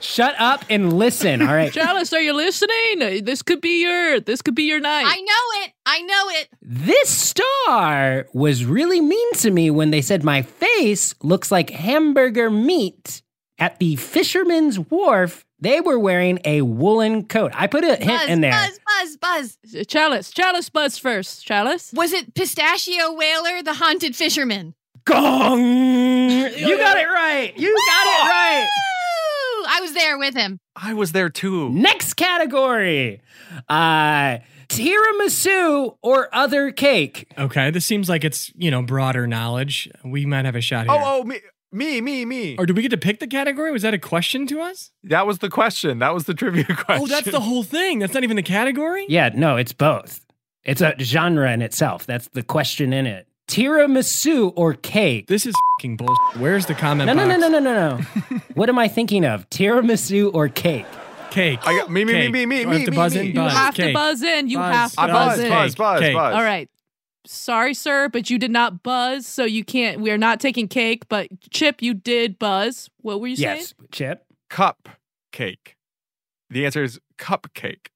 Speaker 5: Shut up and listen. All right.
Speaker 2: Chalice, are you listening? This could be your this could be your night.
Speaker 4: I know it. I know it.
Speaker 5: This star was really mean to me when they said my face looks like hamburger meat at the fisherman's wharf. They were wearing a woolen coat. I put a hint
Speaker 4: Buzz,
Speaker 5: in there.
Speaker 4: buzz, buzz, buzz.
Speaker 2: Chalice, Chalice buzz first. Chalice?
Speaker 4: Was it Pistachio Whaler, the haunted fisherman?
Speaker 5: Gong! You got it right. You got it right.
Speaker 4: Ooh, I was there with him.
Speaker 3: I was there too.
Speaker 5: Next category. Uh tiramisu or other cake.
Speaker 1: Okay, this seems like it's, you know, broader knowledge. We might have a shot here.
Speaker 3: Oh, oh, me, me, me, me.
Speaker 1: Or do we get to pick the category? Was that a question to us?
Speaker 3: That was the question. That was the trivia question.
Speaker 1: Oh, that's the whole thing. That's not even the category?
Speaker 5: Yeah, no, it's both. It's a genre in itself. That's the question in it. Tiramisu or cake.
Speaker 1: This is fucking bullshit. Where's the comment
Speaker 5: No, no,
Speaker 1: box?
Speaker 5: no, no, no, no, no. what am I thinking of? Tiramisu or cake?
Speaker 1: Cake.
Speaker 3: I got- me, me, me,
Speaker 1: Cake.
Speaker 3: me, me,
Speaker 1: Do I have
Speaker 3: me,
Speaker 1: to
Speaker 3: me,
Speaker 1: buzz
Speaker 3: me. Ah,
Speaker 1: in?
Speaker 3: You
Speaker 2: You
Speaker 1: Buzz.
Speaker 2: have to
Speaker 1: Cake.
Speaker 2: buzz in. You
Speaker 1: Buzz,
Speaker 2: have to
Speaker 3: I
Speaker 2: buzz,
Speaker 3: buzzed,
Speaker 2: in.
Speaker 3: buzzed, buzzed,
Speaker 1: Cake.
Speaker 3: buzzed.
Speaker 2: All right. Sorry, sir, but you did not buzz, so you can't. We are not taking cake, but Chip, you did buzz. What were you saying?
Speaker 5: Yes, Chip.
Speaker 3: Cupcake. The answer is cupcake.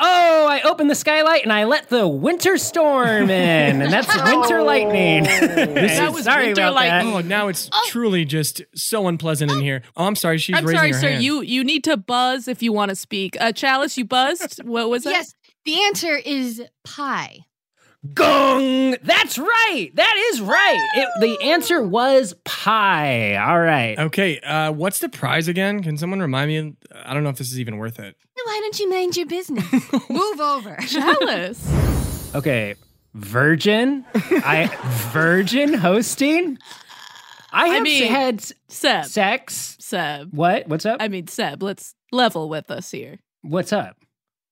Speaker 5: Oh, I opened the skylight and I let the winter storm in, and that's winter lightning.
Speaker 2: That was
Speaker 5: Sorry
Speaker 2: winter
Speaker 5: about that.
Speaker 2: lightning.
Speaker 1: Oh, now it's truly just so unpleasant in here. Oh, I'm sorry. She's
Speaker 2: I'm
Speaker 1: raising
Speaker 2: sorry,
Speaker 1: her
Speaker 2: sir.
Speaker 1: hand.
Speaker 2: You you need to buzz if you want to speak. Uh, Chalice, you buzzed. What was that?
Speaker 4: Yes, the answer is pie.
Speaker 5: Gong! That's right. That is right. It, the answer was pie. All right.
Speaker 1: Okay, uh, what's the prize again? Can someone remind me? I don't know if this is even worth it.
Speaker 4: Why don't you mind your business? Move over.
Speaker 2: Chalice.
Speaker 5: Okay. Virgin. I virgin hosting. I
Speaker 2: I
Speaker 5: have
Speaker 2: mean- uh,
Speaker 5: had
Speaker 2: Seb.
Speaker 5: sex.
Speaker 2: Seb.
Speaker 5: What? What's up?
Speaker 2: I mean, Seb, let's level with us here.
Speaker 5: What's up?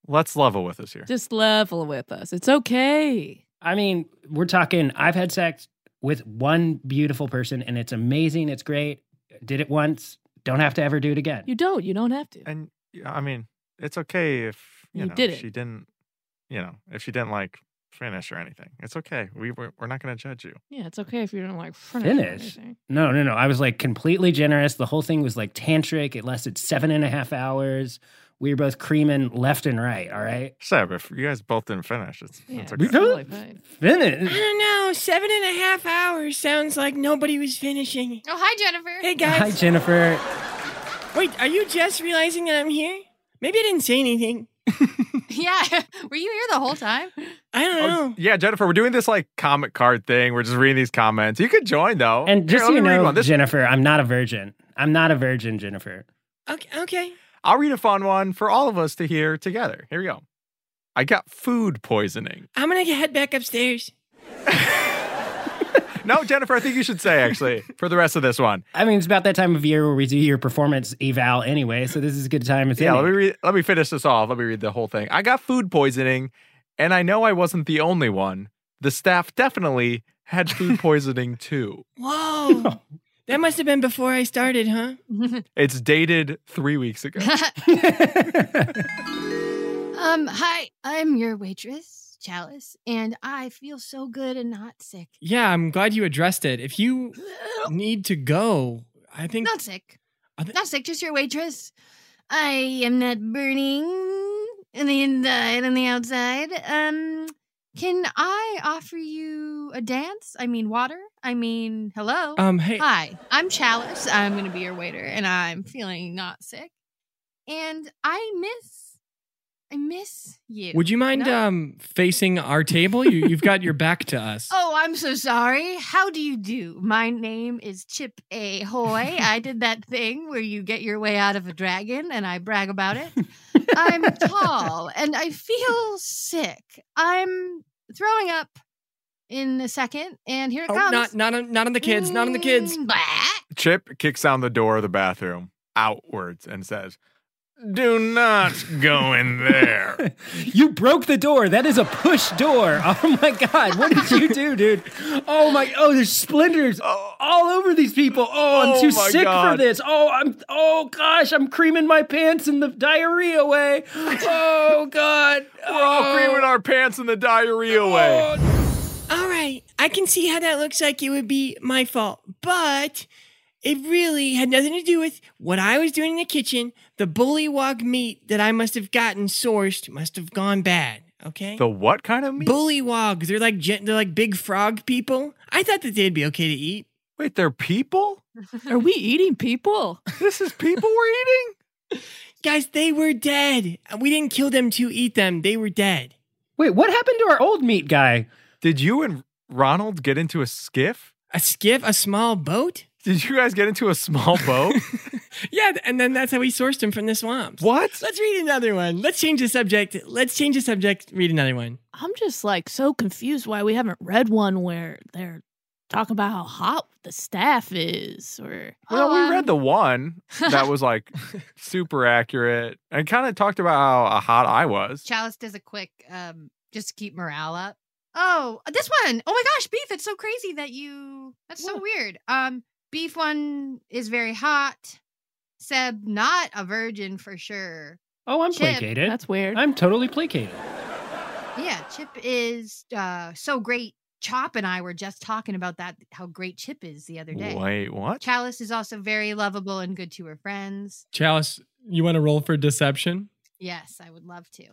Speaker 3: Let's level with us here.
Speaker 2: Just level with us. It's okay.
Speaker 5: I mean, we're talking. I've had sex with one beautiful person, and it's amazing. It's great. Did it once. Don't have to ever do it again.
Speaker 2: You don't. You don't have to.
Speaker 3: And yeah, I mean, it's okay if you,
Speaker 2: You
Speaker 3: know
Speaker 2: did
Speaker 3: if
Speaker 2: it.
Speaker 3: she didn't, you know, if she didn't like finish or anything. It's okay. We we're, we're not going to judge you.
Speaker 2: Yeah, it's okay if you don't like finish. or
Speaker 5: Finish?
Speaker 2: anything.
Speaker 5: No, no, no. I was like completely generous. The whole thing was like tantric. It lasted seven and a half hours. We were both creaming left and right. All right.
Speaker 3: Seb, if you guys both didn't finish, it's,
Speaker 2: Yeah,
Speaker 3: it's
Speaker 2: it's
Speaker 3: okay.
Speaker 2: totally fine.
Speaker 5: Finish.
Speaker 1: don't know. Seven and a half hours sounds like nobody was finishing.
Speaker 4: Oh, hi, Jennifer.
Speaker 5: Hi, Jennifer.
Speaker 1: Wait, are you just realizing that I'm here? Maybe I didn't say anything.
Speaker 4: Yeah, were you here the whole time?
Speaker 1: I don't
Speaker 3: Oh, yeah, Jennifer, we're doing this like comment card thing. We're just reading these comments. You could join though.
Speaker 5: And just
Speaker 3: Here,
Speaker 5: so
Speaker 3: let
Speaker 5: you
Speaker 3: me read
Speaker 5: know,
Speaker 3: one. Oh, This-
Speaker 5: Jennifer, I'm not a virgin. I'm not a virgin, Jennifer.
Speaker 1: Okay. okay.
Speaker 3: I'll read a fun one for all of us to hear together. Here we go. I got food poisoning.
Speaker 1: I'm going to head back upstairs.
Speaker 3: No, Jennifer, I think you should say actually for the rest of this one.
Speaker 5: I mean, it's about that time of year where we do your performance eval anyway, so this is a good time. It's
Speaker 3: Yeah, let me read, let me finish this off. Let me read the whole thing. I got food poisoning, and I know I wasn't the only one. The staff definitely had food poisoning too.
Speaker 1: Whoa. Oh, that must have been before I started, huh?
Speaker 3: It's dated three weeks ago.
Speaker 4: Um, hi, I'm your waitress, Chalice, and I feel so good and not sick.
Speaker 1: Yeah, I'm glad you addressed it. If you need to go, I think.
Speaker 4: Not sick.
Speaker 1: I thi-
Speaker 4: Not sick, just your waitress. I am not burning on the inside and the outside. Um, can I offer you a dance? I mean, water? I mean, hello?
Speaker 1: Um, hey.
Speaker 4: Hi, I'm Chalice. I'm going to be your waiter, and I'm feeling not sick. And I miss, I miss you.
Speaker 1: Would you mind
Speaker 4: No?
Speaker 1: um facing our table? You you've got your back to us.
Speaker 4: Oh, I'm so sorry. How do you do? My name is Chip A. Hoy. I did that thing where you get your way out of a dragon and I brag about it. I'm tall and I feel sick. I'm throwing up in a second, and here it
Speaker 1: Oh,
Speaker 4: comes.
Speaker 1: not not on, not on the kids, not on the kids.
Speaker 4: Mm, blah.
Speaker 3: Chip kicks down the door of the bathroom outwards and says, "Do not go in there."
Speaker 5: You broke the door. That is a push door. Oh my god, what did you do, dude? Oh my oh, there's splinters all over these people. Oh, I'm
Speaker 3: Oh
Speaker 5: too
Speaker 3: my
Speaker 5: sick
Speaker 3: God.
Speaker 5: for this. Oh, I'm oh gosh, I'm creaming my pants in the diarrhea way. Oh god.
Speaker 3: We're all creaming our pants in the diarrhea way.
Speaker 1: All right, I can see how that looks like it would be my fault, but
Speaker 5: It really had nothing to do with what I was doing in the kitchen. The bullywog meat that I must have gotten sourced must have gone bad. Okay.
Speaker 3: The what kind of meat?
Speaker 5: bullywog. They're like gen- they're like big frog people. I thought that they'd be okay to eat.
Speaker 3: Wait, they're people?
Speaker 2: Are we eating people?
Speaker 3: This is people we're eating?
Speaker 5: Guys, they were dead. We didn't kill them to eat them. They were dead.
Speaker 1: Wait, what happened to our old meat guy?
Speaker 3: Did you and Ronald get into a skiff?
Speaker 5: A skiff, a small boat.
Speaker 3: Did you guys get into a small boat?
Speaker 5: Yeah, and then that's how we sourced them from the swamps.
Speaker 3: what?
Speaker 5: Let's read another one. Let's change the subject. Let's change the subject. Read another one.
Speaker 7: I'm just like so confused why we haven't read one where they're talking about how hot the staff is or
Speaker 3: Well, we
Speaker 4: Oh,
Speaker 3: read
Speaker 4: um,
Speaker 3: the one that was like super accurate and kind of talked about how hot I was.
Speaker 4: Chalice does a quick, um, just to keep morale up. Oh, this one. Oh my gosh, beef! It's so crazy that you. That's so weird. Um, beef one is very hot. Seb, not a virgin for sure.
Speaker 1: Oh, I'm
Speaker 4: Chip.
Speaker 1: placated.
Speaker 2: That's weird.
Speaker 1: I'm totally placated.
Speaker 4: Yeah, Chip is uh so great. Chop and I were just talking about that. How great Chip is the other day.
Speaker 3: Wait, what?
Speaker 4: Chalice is also very lovable and good to her friends.
Speaker 5: Chalice, you want to roll for deception?
Speaker 4: Yes, I would love to.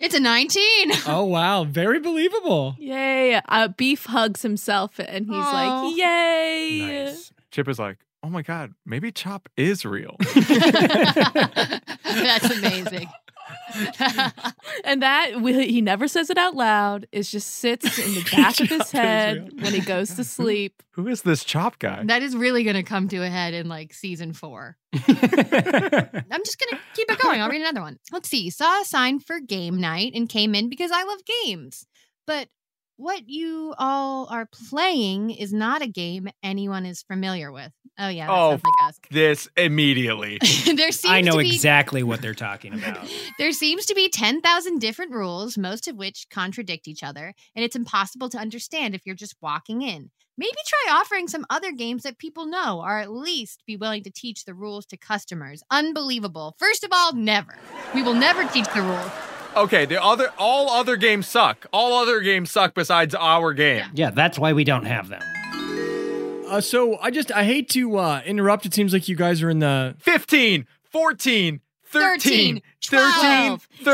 Speaker 4: It's a nineteen.
Speaker 5: oh wow, very believable.
Speaker 2: Yay. Uh, Beef hugs himself and he's
Speaker 4: Aw.
Speaker 2: like, Yay.
Speaker 3: Chip is like, oh my God, maybe Chop is real.
Speaker 4: That's amazing.
Speaker 2: And that, we, he never says it out loud. It just sits in the back of his head when he goes to sleep.
Speaker 3: Who is this Chop guy?
Speaker 4: that is really going to come to a head in like season four. I'm just going to keep it going. I'll read another one. Let's see. Saw a sign for game night and came in because I love games. But what you all are playing is not a game anyone is familiar with. Oh, yeah. That
Speaker 3: Oh,
Speaker 4: sounds like us.
Speaker 3: This immediately.
Speaker 4: there seems
Speaker 1: I know
Speaker 4: to be
Speaker 1: exactly what they're talking about.
Speaker 4: there seems to be 10,000 different rules, most of which contradict each other, and it's impossible to understand if you're just walking in. Maybe try offering some other games that people know, or at least be willing to teach the rules to customers. Unbelievable. First of all, never. We will never teach the rules.
Speaker 3: Okay, the other all other games suck. All other games suck besides our game.
Speaker 1: yeah, that's why we don't have them.
Speaker 5: Uh, so I just I hate to uh, interrupt. It seems like you guys are in the
Speaker 3: 15, 14, 13,
Speaker 4: 13, 12,
Speaker 3: 13,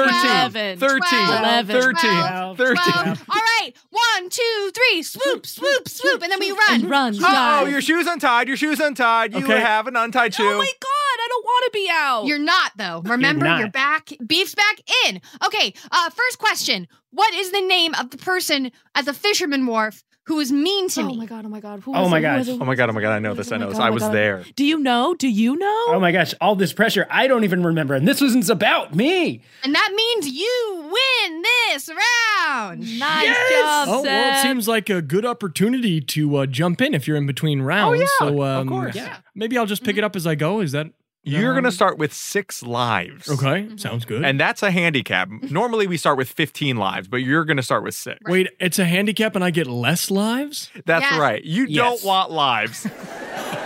Speaker 3: 13,
Speaker 2: 11,
Speaker 3: 13,
Speaker 2: 12,
Speaker 3: 13, 13.
Speaker 4: Well, all right. One, two, three. Swoop, swoop, swoop. And then we run.
Speaker 2: And runs.
Speaker 3: Oh,
Speaker 2: guys.
Speaker 3: your shoe's untied. Your shoe's untied. You
Speaker 5: Okay.
Speaker 3: have an untied shoe.
Speaker 2: Oh my god, I don't want to be out.
Speaker 4: You're not though. Remember, you're,
Speaker 1: Oh. not.
Speaker 4: back. Beef's back in. Okay. Uh, first question: What is the name of the person at the Fisherman Wharf who was mean to
Speaker 2: oh
Speaker 4: me?
Speaker 2: my god, oh my god. Who
Speaker 1: Oh
Speaker 2: was
Speaker 1: my
Speaker 2: it? Who
Speaker 1: gosh.
Speaker 2: was it? Who
Speaker 3: Oh my god, oh
Speaker 2: was it?
Speaker 3: my god, I
Speaker 2: Who
Speaker 3: know
Speaker 2: was
Speaker 3: this,
Speaker 2: it?
Speaker 3: I
Speaker 2: Oh my
Speaker 3: know this.
Speaker 2: God, oh
Speaker 3: I
Speaker 2: my
Speaker 3: was
Speaker 2: God.
Speaker 3: there.
Speaker 2: Do you know? Do you know?
Speaker 1: Oh my gosh, all this pressure. I don't even remember. And this wasn't about me.
Speaker 4: And that means you win this round.
Speaker 2: Nice job,
Speaker 5: Oh well, it
Speaker 2: Seb.
Speaker 5: seems like a good opportunity to uh, jump in if you're in
Speaker 1: Oh,
Speaker 5: between rounds.
Speaker 3: yeah,
Speaker 5: so
Speaker 3: of
Speaker 5: um,
Speaker 3: course.
Speaker 5: yeah, maybe I'll just pick
Speaker 2: Mm-hmm.
Speaker 5: it up as I go. Is that is that
Speaker 3: You're
Speaker 5: how
Speaker 3: going to
Speaker 5: it-
Speaker 3: start with 6 lives.
Speaker 5: Okay,
Speaker 2: Mm-hmm.
Speaker 5: sounds good.
Speaker 3: And that's a handicap. Normally we start with 15 lives, but you're going to start with 6.
Speaker 5: wait, it's a handicap, and I get less lives.
Speaker 3: That's
Speaker 4: Yes.
Speaker 3: right. You
Speaker 1: Yes.
Speaker 3: don't want lives.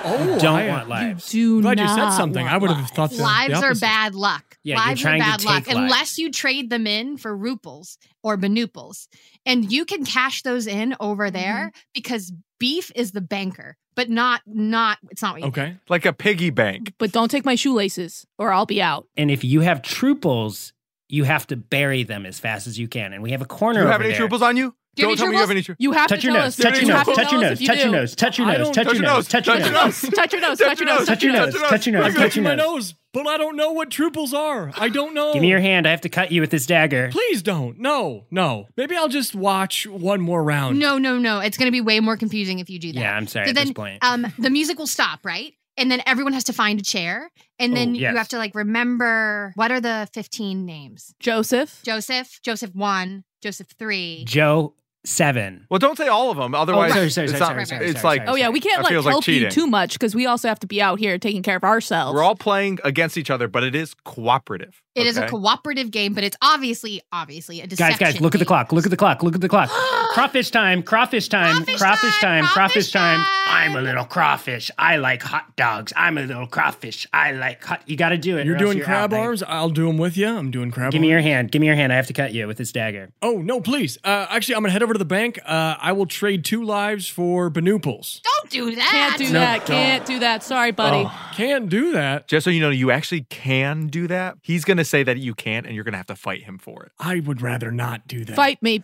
Speaker 5: Oh,
Speaker 1: don't
Speaker 5: I-
Speaker 1: want lives.
Speaker 2: Do
Speaker 5: Glad you
Speaker 2: not
Speaker 5: said something.
Speaker 2: want
Speaker 5: I would have
Speaker 2: lies.
Speaker 5: thought the- the
Speaker 4: Lives are
Speaker 5: opposite.
Speaker 4: bad luck.
Speaker 1: Yeah, you're
Speaker 4: lives are
Speaker 1: trying to
Speaker 4: bad luck
Speaker 1: take
Speaker 4: unless
Speaker 1: lives.
Speaker 4: you trade them in for ruples or benuples. And you can cash those in over there
Speaker 2: Mm-hmm.
Speaker 4: because beef is the banker, but not not it's not what you
Speaker 5: Okay.
Speaker 3: like a piggy bank.
Speaker 2: But don't take my shoelaces or I'll be out.
Speaker 1: And if you have truples, you have to bury them as fast as you can. And we have a corner
Speaker 3: Do you have
Speaker 1: over
Speaker 3: any
Speaker 1: there.
Speaker 3: truples on you?
Speaker 4: Do you
Speaker 3: not
Speaker 4: have
Speaker 3: tell
Speaker 4: any
Speaker 3: me you have any truples.
Speaker 2: You have
Speaker 1: Touch
Speaker 2: to
Speaker 1: your
Speaker 2: tell
Speaker 1: nose,
Speaker 2: us.
Speaker 1: touch
Speaker 2: if
Speaker 1: your
Speaker 2: you
Speaker 1: nose,
Speaker 2: have to
Speaker 1: touch your
Speaker 2: tell us
Speaker 1: nose,
Speaker 2: if you
Speaker 1: touch your
Speaker 2: do.
Speaker 1: nose, touch your
Speaker 5: I
Speaker 1: nose,
Speaker 5: don't-
Speaker 1: touch your nose, touch your
Speaker 2: Touch
Speaker 1: nose.
Speaker 2: your nose, touch your nose, touch your nose.
Speaker 1: touch your nose,
Speaker 5: I
Speaker 1: touch
Speaker 5: touch
Speaker 1: your
Speaker 5: my
Speaker 1: nose.
Speaker 5: nose, but I don't know what truples are. I don't know.
Speaker 1: Give me your hand. I have to cut you with this dagger.
Speaker 5: Please don't. No, no. Maybe I'll just watch one more round.
Speaker 4: No, no, no. It's going to be way more confusing if you do that.
Speaker 1: Yeah, I'm sorry
Speaker 4: So
Speaker 1: at
Speaker 4: then,
Speaker 1: this point.
Speaker 4: um, the music will stop, right? And then everyone has to find a chair, and then
Speaker 1: Oh, yes.
Speaker 4: you have to like remember what are the fifteen names?
Speaker 2: Joseph.
Speaker 4: Joseph, Joseph one, Joseph three.
Speaker 1: Joe, seven.
Speaker 3: Well, don't say all of them. Otherwise,
Speaker 1: Oh, sorry, sorry,
Speaker 3: it's,
Speaker 1: sorry,
Speaker 3: not-
Speaker 1: sorry, sorry,
Speaker 3: it's
Speaker 1: sorry,
Speaker 3: like
Speaker 2: Oh yeah, we can't
Speaker 3: That
Speaker 2: like
Speaker 3: feels like
Speaker 2: help you
Speaker 3: cheating.
Speaker 2: too much because we also have to be out here taking care of ourselves.
Speaker 3: we're all playing against each other, but it is cooperative.
Speaker 4: It is a
Speaker 3: okay?
Speaker 4: cooperative game, but it's obviously, obviously a
Speaker 1: Guys,
Speaker 4: deception.
Speaker 1: guys, look at the
Speaker 4: game.
Speaker 1: clock. Look at the clock. Look at the clock. crawfish time. Crawfish time.
Speaker 4: Crawfish
Speaker 1: Crawfish,
Speaker 4: time,
Speaker 1: time.
Speaker 4: crawfish
Speaker 1: Crawfish time.
Speaker 4: time.
Speaker 1: I'm a little crawfish. I like hot dogs. I'm a little crawfish. I like hot. You got to do it.
Speaker 5: You're
Speaker 1: or else
Speaker 5: doing crab
Speaker 1: out, man.
Speaker 5: arms. I'll do them with you. I'm doing crab
Speaker 1: Give me
Speaker 5: arms.
Speaker 1: your hand. Give me your hand. I have to cut you with this dagger.
Speaker 5: oh no, please. Uh, actually, I'm gonna head over over to the bank. Uh, I will trade two lives for Banooples.
Speaker 4: Don't do that.
Speaker 2: Can't do
Speaker 3: No,
Speaker 2: that.
Speaker 3: don't.
Speaker 2: Can't do that. Sorry, buddy.
Speaker 1: Oh,
Speaker 5: Can't do that.
Speaker 3: Uh, Just so you know, you actually can do that. He's going to say that you can't, and you're going to have to fight him for it.
Speaker 5: I would rather not do that.
Speaker 2: Fight me.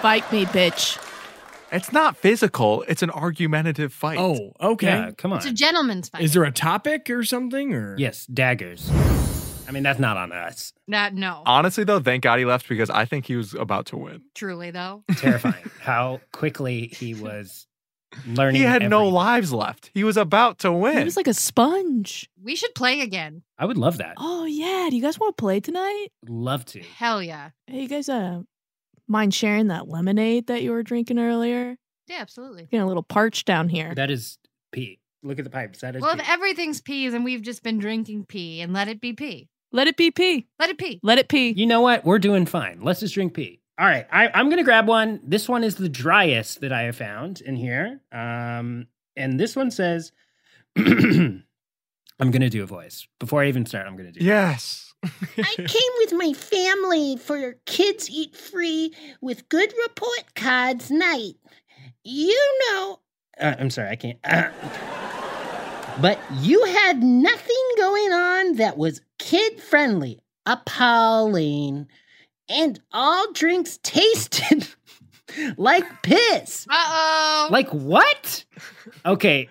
Speaker 2: Fight me, bitch.
Speaker 3: It's not physical, it's an argumentative fight.
Speaker 5: Oh, okay.
Speaker 1: Yeah, come on.
Speaker 4: It's a gentleman's fight.
Speaker 5: Is there a topic or something? Or
Speaker 1: yes, daggers. I mean, that's not on us.
Speaker 4: that no.
Speaker 1: Uh,
Speaker 3: Honestly, though, thank God he left because I think he was about to win.
Speaker 4: Truly though.
Speaker 1: Terrifying how quickly he was learning.
Speaker 3: He had no
Speaker 1: everything.
Speaker 3: lives left. He was about to
Speaker 2: He
Speaker 3: win.
Speaker 2: was like a sponge.
Speaker 4: We should play again.
Speaker 1: I would love that.
Speaker 2: Oh yeah. Do you guys want to play tonight?
Speaker 1: Love to.
Speaker 4: Hell yeah.
Speaker 2: Hey, you guys, uh, mind sharing that lemonade that you were drinking earlier?
Speaker 4: Yeah, absolutely.
Speaker 2: Getting a little parched down here.
Speaker 1: That is pee. Look at the pipes. That is.
Speaker 4: Well,
Speaker 1: pee.
Speaker 4: if everything's pee, then we've just been drinking pee and let it be pee.
Speaker 2: Let it be pee.
Speaker 4: Let it pee.
Speaker 2: Let it pee.
Speaker 1: you know what? We're doing fine. Let's just drink pee. All right, I, I'm gonna grab one. This one is the driest that I have found in here. Um, and this one says, "I'm gonna do a voice before I even start. I'm gonna do.
Speaker 3: yes.
Speaker 6: I came with my family for Kids Eat Free with Good Report Cards Night. You know.
Speaker 1: Uh, I'm sorry, I can't.
Speaker 6: But you had nothing going on that was kid friendly. Appalling. And all drinks tasted like piss.
Speaker 4: Uh oh.
Speaker 1: Like what? Okay,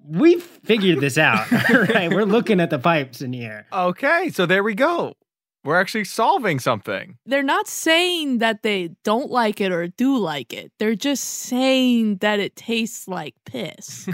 Speaker 1: we figured this out. All right, we're looking at the pipes in here.
Speaker 3: Okay, so there we go. We're actually solving something.
Speaker 2: They're not saying that they don't like it or do like it. They're just saying that it tastes like piss.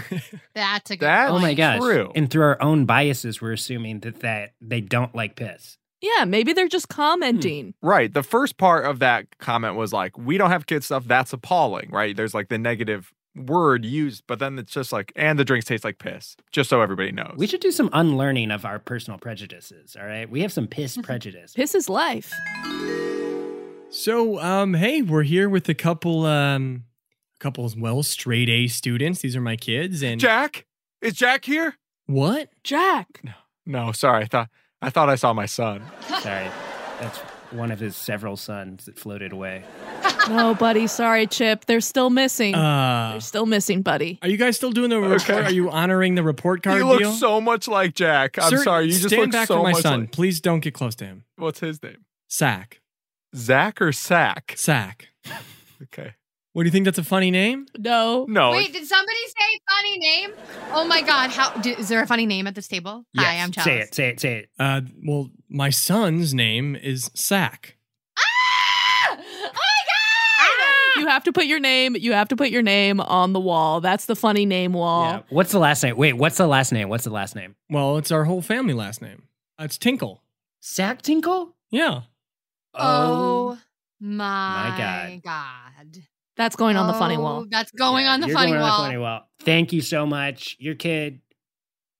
Speaker 4: That's a good
Speaker 3: That's
Speaker 1: oh my
Speaker 4: point.
Speaker 1: gosh!
Speaker 3: true.
Speaker 1: And through our own biases, we're assuming that that they don't like piss.
Speaker 2: yeah, maybe they're just commenting.
Speaker 3: Right. The first part of that comment was like, we don't have kid stuff. That's appalling, right? There's like the negative word used, but then it's just like, and the drinks taste like piss, just so everybody knows.
Speaker 1: We should do some unlearning of our personal prejudices. All right, we have some piss prejudice.
Speaker 2: Piss is life.
Speaker 5: So, um, hey, we're here with a couple, um, couples. Well, straight A students. These are my kids. And
Speaker 3: Jack? Is Jack here?
Speaker 5: what?
Speaker 2: Jack.
Speaker 3: No, sorry. I thought I thought I saw my son.
Speaker 1: Sorry, that's one of his several sons that floated away.
Speaker 2: No, buddy. Sorry, Chip. They're still missing.
Speaker 5: Uh,
Speaker 2: they're still missing, buddy.
Speaker 5: are you guys still doing the
Speaker 3: Okay.
Speaker 5: report? Are you honoring the report card
Speaker 3: You look
Speaker 5: deal?
Speaker 3: so much like Jack. I'm
Speaker 5: Sir,
Speaker 3: sorry. You just
Speaker 5: stand
Speaker 3: look
Speaker 5: back
Speaker 3: so
Speaker 5: for my
Speaker 3: much
Speaker 5: son.
Speaker 3: like-
Speaker 5: Please don't get close to him.
Speaker 3: What's his name?
Speaker 5: Sack,
Speaker 3: Zach or Sack?
Speaker 5: sack.
Speaker 3: Okay.
Speaker 5: What do you think? That's a funny name.
Speaker 2: No.
Speaker 1: Oh,
Speaker 3: No.
Speaker 4: Wait, did somebody say funny name? Oh my god, how d is there a funny name at this table? Hi,
Speaker 1: Yes,
Speaker 4: I'm Chalice.
Speaker 1: Say it. Say it. Say it.
Speaker 5: Uh, well, my son's name is Sack.
Speaker 4: Ah! Oh my god!
Speaker 2: You have to put your name. You have to put your name on the wall. That's the funny name wall.
Speaker 1: Yeah. What's the last name? Wait, what's the last name? What's the last name?
Speaker 5: Well, it's our whole family last name. Uh, it's Tinkle.
Speaker 1: Sack Tinkle?
Speaker 5: Yeah.
Speaker 4: Oh, my,
Speaker 1: God.
Speaker 4: god.
Speaker 2: That's going on the funny wall.
Speaker 4: Oh, That's going
Speaker 1: Yeah,
Speaker 4: on the
Speaker 1: you're
Speaker 4: funny
Speaker 1: going on
Speaker 4: wall.
Speaker 1: funny wall. Thank you so much. Your kid,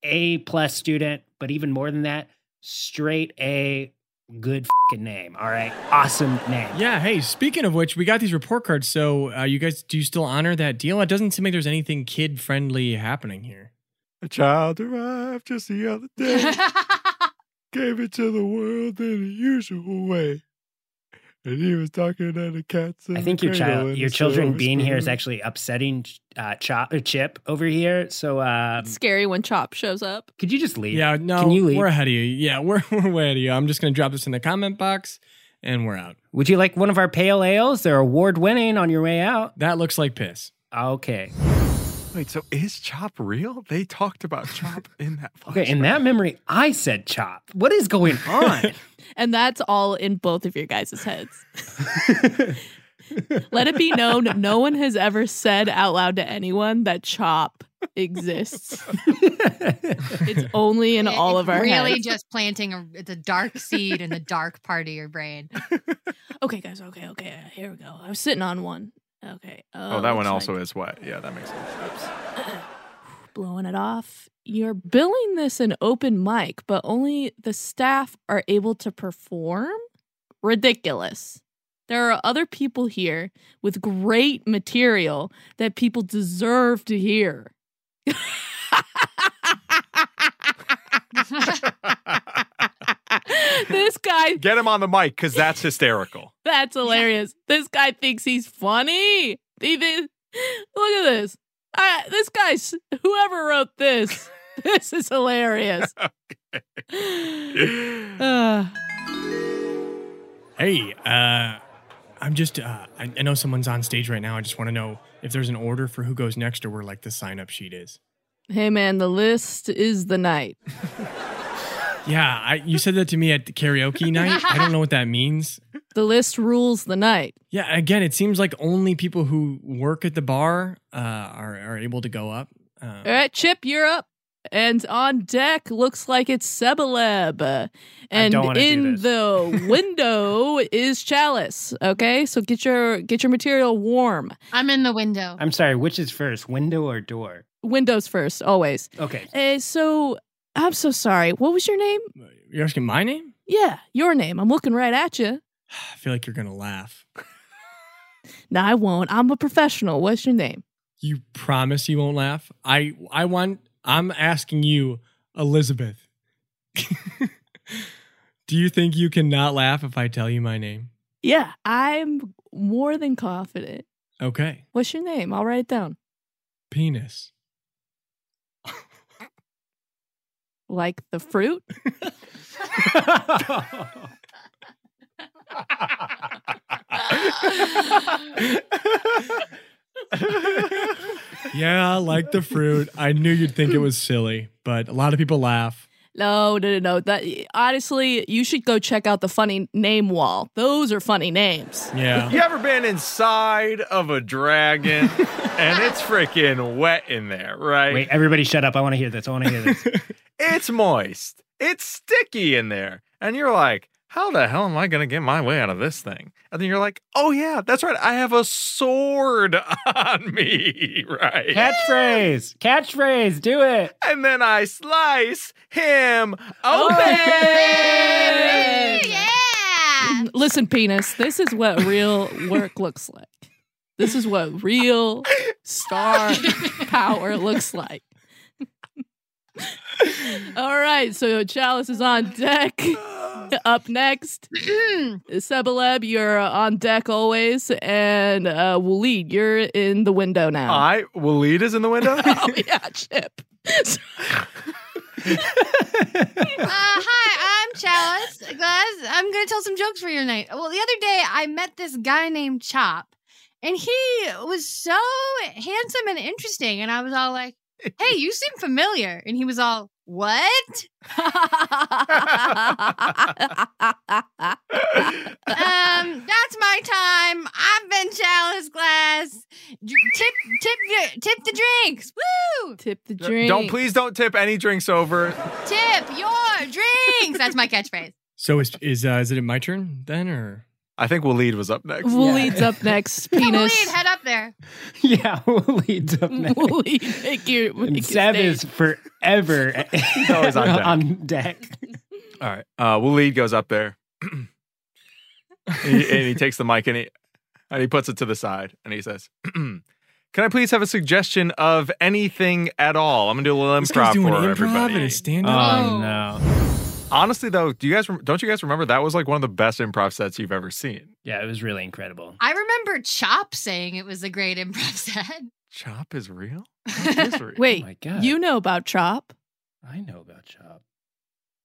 Speaker 1: A plus student, but even more than that, straight A, good fing name. All right. Awesome name.
Speaker 5: Yeah. Hey, speaking of which, we got these report cards. So, uh, you guys, do you still honor that deal? It doesn't seem like there's anything kid friendly happening here.
Speaker 3: A child arrived just the other day, gave it to the world in the usual way. And he was talking to the cats. in
Speaker 1: I
Speaker 3: the
Speaker 1: think your
Speaker 3: cradle
Speaker 1: child,
Speaker 3: and
Speaker 1: your
Speaker 3: the
Speaker 1: children
Speaker 3: silver
Speaker 1: being here is
Speaker 3: spoon.
Speaker 1: actually upsetting uh, Chop or Chip over here. So um,
Speaker 2: It's scary when Chop shows up.
Speaker 1: could you just leave?
Speaker 5: Yeah. No,
Speaker 1: Can you leave?
Speaker 5: we're ahead of you. Yeah. We're, we're way ahead of you. I'm just going to drop this in the comment box and we're out.
Speaker 1: Would you like one of our pale ales? They're award winning on your way out.
Speaker 5: That looks like piss.
Speaker 1: Okay.
Speaker 3: Wait, so is Chop real? They talked about Chop in that.
Speaker 1: Okay. In
Speaker 3: flashback.
Speaker 1: that memory, I said Chop. What is going on?
Speaker 2: And that's all in both of your guys' heads. Let it be known no one has ever said out loud to anyone that Chop exists. it's only in
Speaker 4: It-
Speaker 2: all
Speaker 4: it's
Speaker 2: of our
Speaker 4: really
Speaker 2: heads.
Speaker 4: just planting a it's a dark seed in the dark part of your brain.
Speaker 2: okay, guys. Okay, okay. Here we go. I was sitting on one. Okay.
Speaker 3: Oh, that one also is wet. Yeah, that makes sense.
Speaker 2: blowing it off. You're billing this an open mic, but only the staff are able to perform? Ridiculous. There are other people here with great material that people deserve to hear. this guy
Speaker 3: Get him on the mic because that's hysterical.
Speaker 2: That's hilarious. This guy thinks he's funny. He thi- look at this. I, this guy's whoever wrote this. This is hilarious. Uh,
Speaker 5: Hey, uh, I'm just, uh, I, I know someone's on stage right now. I just want to know if there's an order for who goes next or where, like, the sign up sheet is.
Speaker 2: hey man, the list is the night.
Speaker 5: Yeah, I, you said that to me at the karaoke night. I don't know what that means.
Speaker 2: The list rules the night.
Speaker 5: Yeah, again, it seems like only people who work at the bar uh, are, are able to go up. Uh,
Speaker 2: All right, Chip, you're up. And on deck looks like it's Sebaleb. Uh, And
Speaker 1: don't wanna do
Speaker 2: in
Speaker 1: this.
Speaker 2: the window is Chalice. Okay, so get your get your material warm.
Speaker 4: I'm in the window.
Speaker 1: I'm sorry, which is first, window or door?
Speaker 2: Windows first, always.
Speaker 1: Okay.
Speaker 2: Uh, so I'm so sorry. What was your name?
Speaker 5: you're asking my name?
Speaker 2: Yeah, your name. I'm looking right at you.
Speaker 5: I feel like you're going to laugh.
Speaker 2: No, I won't. I'm a professional. What's your name?
Speaker 5: You promise you won't laugh? I, I want, I'm asking you, Elizabeth. Do you think you cannot laugh if I tell you my name?
Speaker 2: Yeah, I'm more than confident.
Speaker 5: Okay.
Speaker 2: What's your name? I'll write it down.
Speaker 5: Penis.
Speaker 2: Like the fruit.
Speaker 5: Yeah, like the fruit. I knew you'd think it was silly, but a lot of people laugh.
Speaker 2: No, no, no, no. That honestly, you should go check out the funny name wall. Those are funny names.
Speaker 5: Yeah.
Speaker 3: You ever been inside of a dragon and it's freaking wet in there, right?
Speaker 1: Wait, everybody shut up. I want to hear this. I want to hear this.
Speaker 3: It's moist. It's sticky in there. And you're like, how the hell am I going to get my way out of this thing? And then you're like, oh, yeah, that's right. I have a sword on me, right?
Speaker 1: Catchphrase. Catchphrase. Do it.
Speaker 3: And then I slice him open.
Speaker 4: Yeah.
Speaker 2: Listen, penis, this is what real work looks like. This is what real star power looks like. All right, so Chalice is on deck. Up next, Sebaleb, you're on deck always, and uh, Waleed, you're in the window now.
Speaker 3: I, Waleed is in the window.
Speaker 2: oh yeah, Chip.
Speaker 4: Uh, hi, I'm Chalice Glass. I'm gonna tell some jokes for your night. Well, the other day I met this guy named Chop, and he was so handsome and interesting, and I was all like, "Hey, you seem familiar," and he was all, "What?" Um, that's my time. I've been Chalice Glass. Dr- Tip, tip, your- tip the drinks. Woo!
Speaker 2: Tip the drink.
Speaker 3: Don't please don't tip any drinks over.
Speaker 4: Tip your drinks. That's my catchphrase.
Speaker 5: So is is uh, is it my turn then, or
Speaker 3: I think Waleed was up next.
Speaker 2: Waleed's up next.
Speaker 4: Come on,
Speaker 2: Penis.
Speaker 4: Lead, head up there.
Speaker 1: Yeah, we'll lead up next.
Speaker 2: Waleed, make your, make
Speaker 1: And
Speaker 2: your
Speaker 1: Seb
Speaker 2: stage.
Speaker 1: is forever
Speaker 3: always on deck.
Speaker 1: on deck.
Speaker 3: All right. Uh, Waleed goes up there, and, he, and he takes the mic and he and he puts it to the side and he says, "Can I please have a suggestion of anything at all? I'm gonna do a little
Speaker 5: this
Speaker 3: improv
Speaker 5: guy's doing
Speaker 3: for
Speaker 5: improv and
Speaker 3: everybody."
Speaker 5: a stand up?
Speaker 1: Oh, no.
Speaker 3: Honestly, though, do you guys rem- don't you guys remember that was like one of the best improv sets you've ever seen?
Speaker 1: Yeah, it was really incredible.
Speaker 4: I remember Chop saying it was a great improv set.
Speaker 3: Chop is real. Chop is real.
Speaker 2: Wait,
Speaker 1: Oh my God.
Speaker 2: you know about Chop?
Speaker 1: I know about Chop.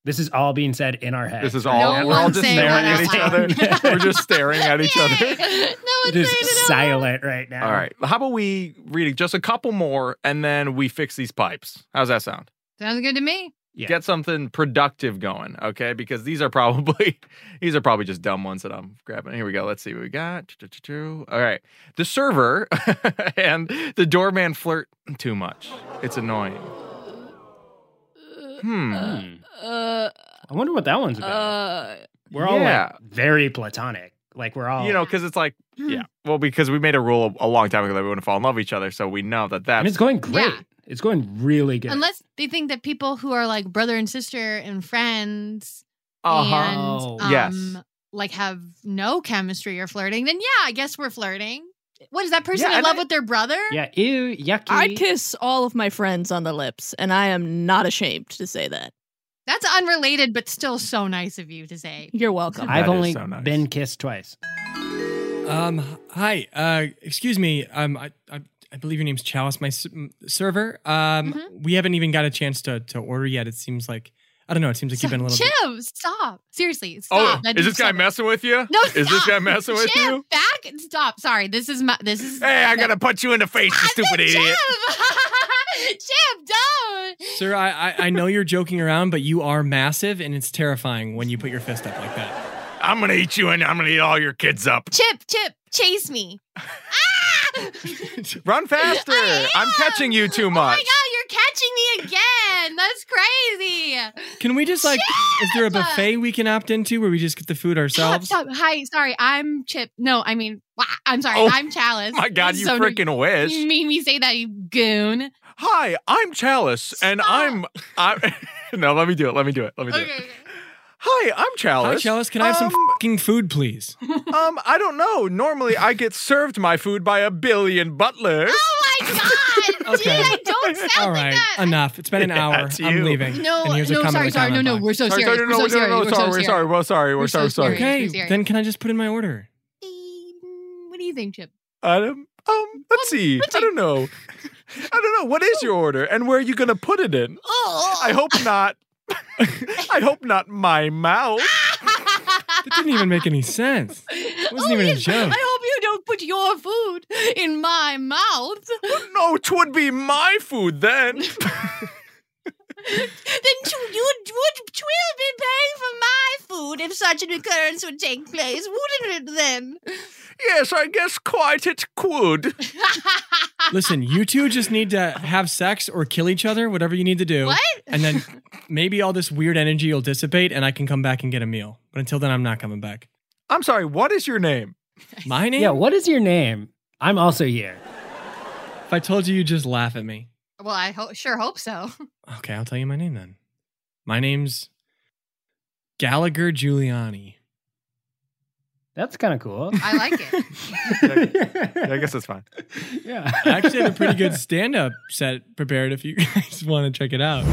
Speaker 1: This is all being said in our head.
Speaker 3: This is all
Speaker 4: No
Speaker 3: we're all
Speaker 4: one's
Speaker 3: just
Speaker 4: saying
Speaker 3: staring
Speaker 4: that
Speaker 3: at each
Speaker 4: out
Speaker 3: other.
Speaker 1: loud.
Speaker 3: we're just staring at each
Speaker 4: Yay!
Speaker 3: other.
Speaker 4: No
Speaker 1: It
Speaker 4: one's saying
Speaker 1: is
Speaker 4: it out loud.
Speaker 1: silent right now.
Speaker 3: All right. How about we read just a couple more and then we fix these pipes? How's that sound?
Speaker 4: Sounds good to me.
Speaker 1: Yeah.
Speaker 3: get something productive going, okay? Because these are probably these are probably just dumb ones that I'm grabbing. Here we go. Let's see what we got. Choo-choo-choo-choo. All right. The server and the doorman flirt too much. It's annoying. Hmm.
Speaker 1: Hmm.
Speaker 2: Uh,
Speaker 1: I wonder what that one's about.
Speaker 2: uh,
Speaker 1: we're all
Speaker 3: yeah.
Speaker 1: like very platonic. Like we're all
Speaker 4: Oh.
Speaker 3: you know, because it's like, yeah. Well, because we made a rule a long time ago that we wouldn't fall in love with each other, so we know that
Speaker 1: and
Speaker 3: that's
Speaker 1: it's going great.
Speaker 4: Yeah.
Speaker 1: It's going really good.
Speaker 4: Unless they think that people who are like brother and sister and friends and
Speaker 1: Oh.
Speaker 4: um,
Speaker 3: Uh-huh. Yes.
Speaker 4: like have no chemistry or flirting, then yeah, I guess we're flirting. What is that person
Speaker 3: Yeah,
Speaker 4: in
Speaker 3: and
Speaker 4: love
Speaker 3: I-
Speaker 4: with their brother?
Speaker 1: yeah, ew, yucky.
Speaker 2: I kiss all of my friends on the lips, and I am not ashamed to say that.
Speaker 4: That's unrelated, but still so nice of you to say.
Speaker 2: You're welcome.
Speaker 3: That
Speaker 1: I've
Speaker 3: is
Speaker 1: only
Speaker 3: so nice.
Speaker 1: been kissed twice.
Speaker 5: Um, hi. Uh, excuse me. Um, I, I, I believe your name's Chalice, my s- m- server. Um, we haven't even got a chance to to order yet. It seems like I don't know. It seems like you've been a little.
Speaker 4: Jim,
Speaker 5: bit-
Speaker 4: stop. Seriously, stop.
Speaker 3: Oh,
Speaker 4: Now do
Speaker 3: is this guy
Speaker 4: something.
Speaker 3: messing with you?
Speaker 4: No, stop.
Speaker 3: is this guy messing with
Speaker 4: Jim,
Speaker 3: you?
Speaker 4: back and stop. Sorry, this is my. This is.
Speaker 3: Hey, I gotta punch you in the face, you stupid
Speaker 4: Jim.
Speaker 3: idiot.
Speaker 4: Jim, don't.
Speaker 5: Sir, I, I I know you're joking around, but you are massive, and it's terrifying when you put your fist up like that.
Speaker 3: I'm gonna eat you and I'm gonna eat all your kids up.
Speaker 4: Chip, Chip, chase me.
Speaker 3: Run faster.
Speaker 4: I
Speaker 3: I'm
Speaker 4: am.
Speaker 3: catching you too
Speaker 4: Oh
Speaker 3: much.
Speaker 4: my god, you're catching me again. That's crazy.
Speaker 5: Can we just like? Is there a buffet we can opt into where we just get the food
Speaker 4: Stop,
Speaker 5: ourselves?
Speaker 4: stop. Hi, sorry. I'm Chip. No, I mean, wah, I'm sorry.
Speaker 3: Oh,
Speaker 4: I'm Chalice.
Speaker 3: my God, you
Speaker 4: So Mm.
Speaker 3: freaking wish.
Speaker 4: You made me say that, you goon.
Speaker 3: Hi, I'm Chalice, and I'm I. no, let me do it. Let me do it. Let me do
Speaker 4: Okay.
Speaker 3: it.
Speaker 4: okay.
Speaker 3: Hi, I'm
Speaker 5: Hi,
Speaker 3: Chalice.
Speaker 5: Chalice. Can I have some
Speaker 3: Um,
Speaker 5: fucking food, please?
Speaker 3: um, I don't know. Normally, I get served my food by a billion butlers.
Speaker 4: Oh my god.
Speaker 5: Okay.
Speaker 4: Dude, I don't sound
Speaker 5: All
Speaker 4: like
Speaker 5: right,
Speaker 4: that.
Speaker 5: enough. It's been an
Speaker 3: Yeah,
Speaker 5: hour.
Speaker 3: it's you.
Speaker 5: I'm leaving.
Speaker 4: No,
Speaker 5: and here's a
Speaker 4: no,
Speaker 5: comment
Speaker 4: sorry,
Speaker 5: in the
Speaker 4: Oh, sorry, no,
Speaker 5: comment
Speaker 4: no,
Speaker 5: box.
Speaker 4: we're so serious.
Speaker 3: no,
Speaker 4: we're
Speaker 3: no,
Speaker 4: so
Speaker 3: no,
Speaker 4: serious.
Speaker 3: no,
Speaker 4: we're
Speaker 3: sorry,
Speaker 4: so
Speaker 3: we're
Speaker 4: serious.
Speaker 3: sorry, we're sorry,
Speaker 4: We're
Speaker 3: we're
Speaker 4: so
Speaker 3: sorry, sorry.
Speaker 4: serious.
Speaker 5: Okay,
Speaker 4: Who's here?
Speaker 5: then can I just put in my order?
Speaker 4: Um, What do you think, Chip?
Speaker 3: Adam, um, let's see. I don't know. I don't know. What is your order, and where are you gonna put it in?
Speaker 4: Oh,
Speaker 3: I hope not. I hope not my mouth.
Speaker 5: That didn't even make any sense. It wasn't even a joke.
Speaker 4: Oh, I hope you don't put your food in my mouth.
Speaker 3: No, 'twould be my food then.
Speaker 4: then tw- you would, would Twill be paying for my food if such an occurrence would take place, wouldn't it then?
Speaker 3: yes, I guess quite it could.
Speaker 5: Listen, you two just need to have sex or kill each other, whatever you need to do.
Speaker 4: What?
Speaker 5: And then maybe all this weird energy will dissipate and I can come back and get a meal. But until then, I'm not coming back.
Speaker 3: I'm sorry. What is your name?
Speaker 5: My name?
Speaker 1: Yeah, what is your name? I'm also here.
Speaker 5: If I told you, you'd just laugh at me.
Speaker 4: Well, I ho- sure hope so.
Speaker 5: Okay, I'll tell you my name then. My name's Gallagher Giuliani.
Speaker 1: That's kind of cool.
Speaker 4: I like it.
Speaker 3: Yeah, I guess that's fine.
Speaker 1: yeah.
Speaker 5: I actually have a pretty good stand up set prepared if you guys want to check it out.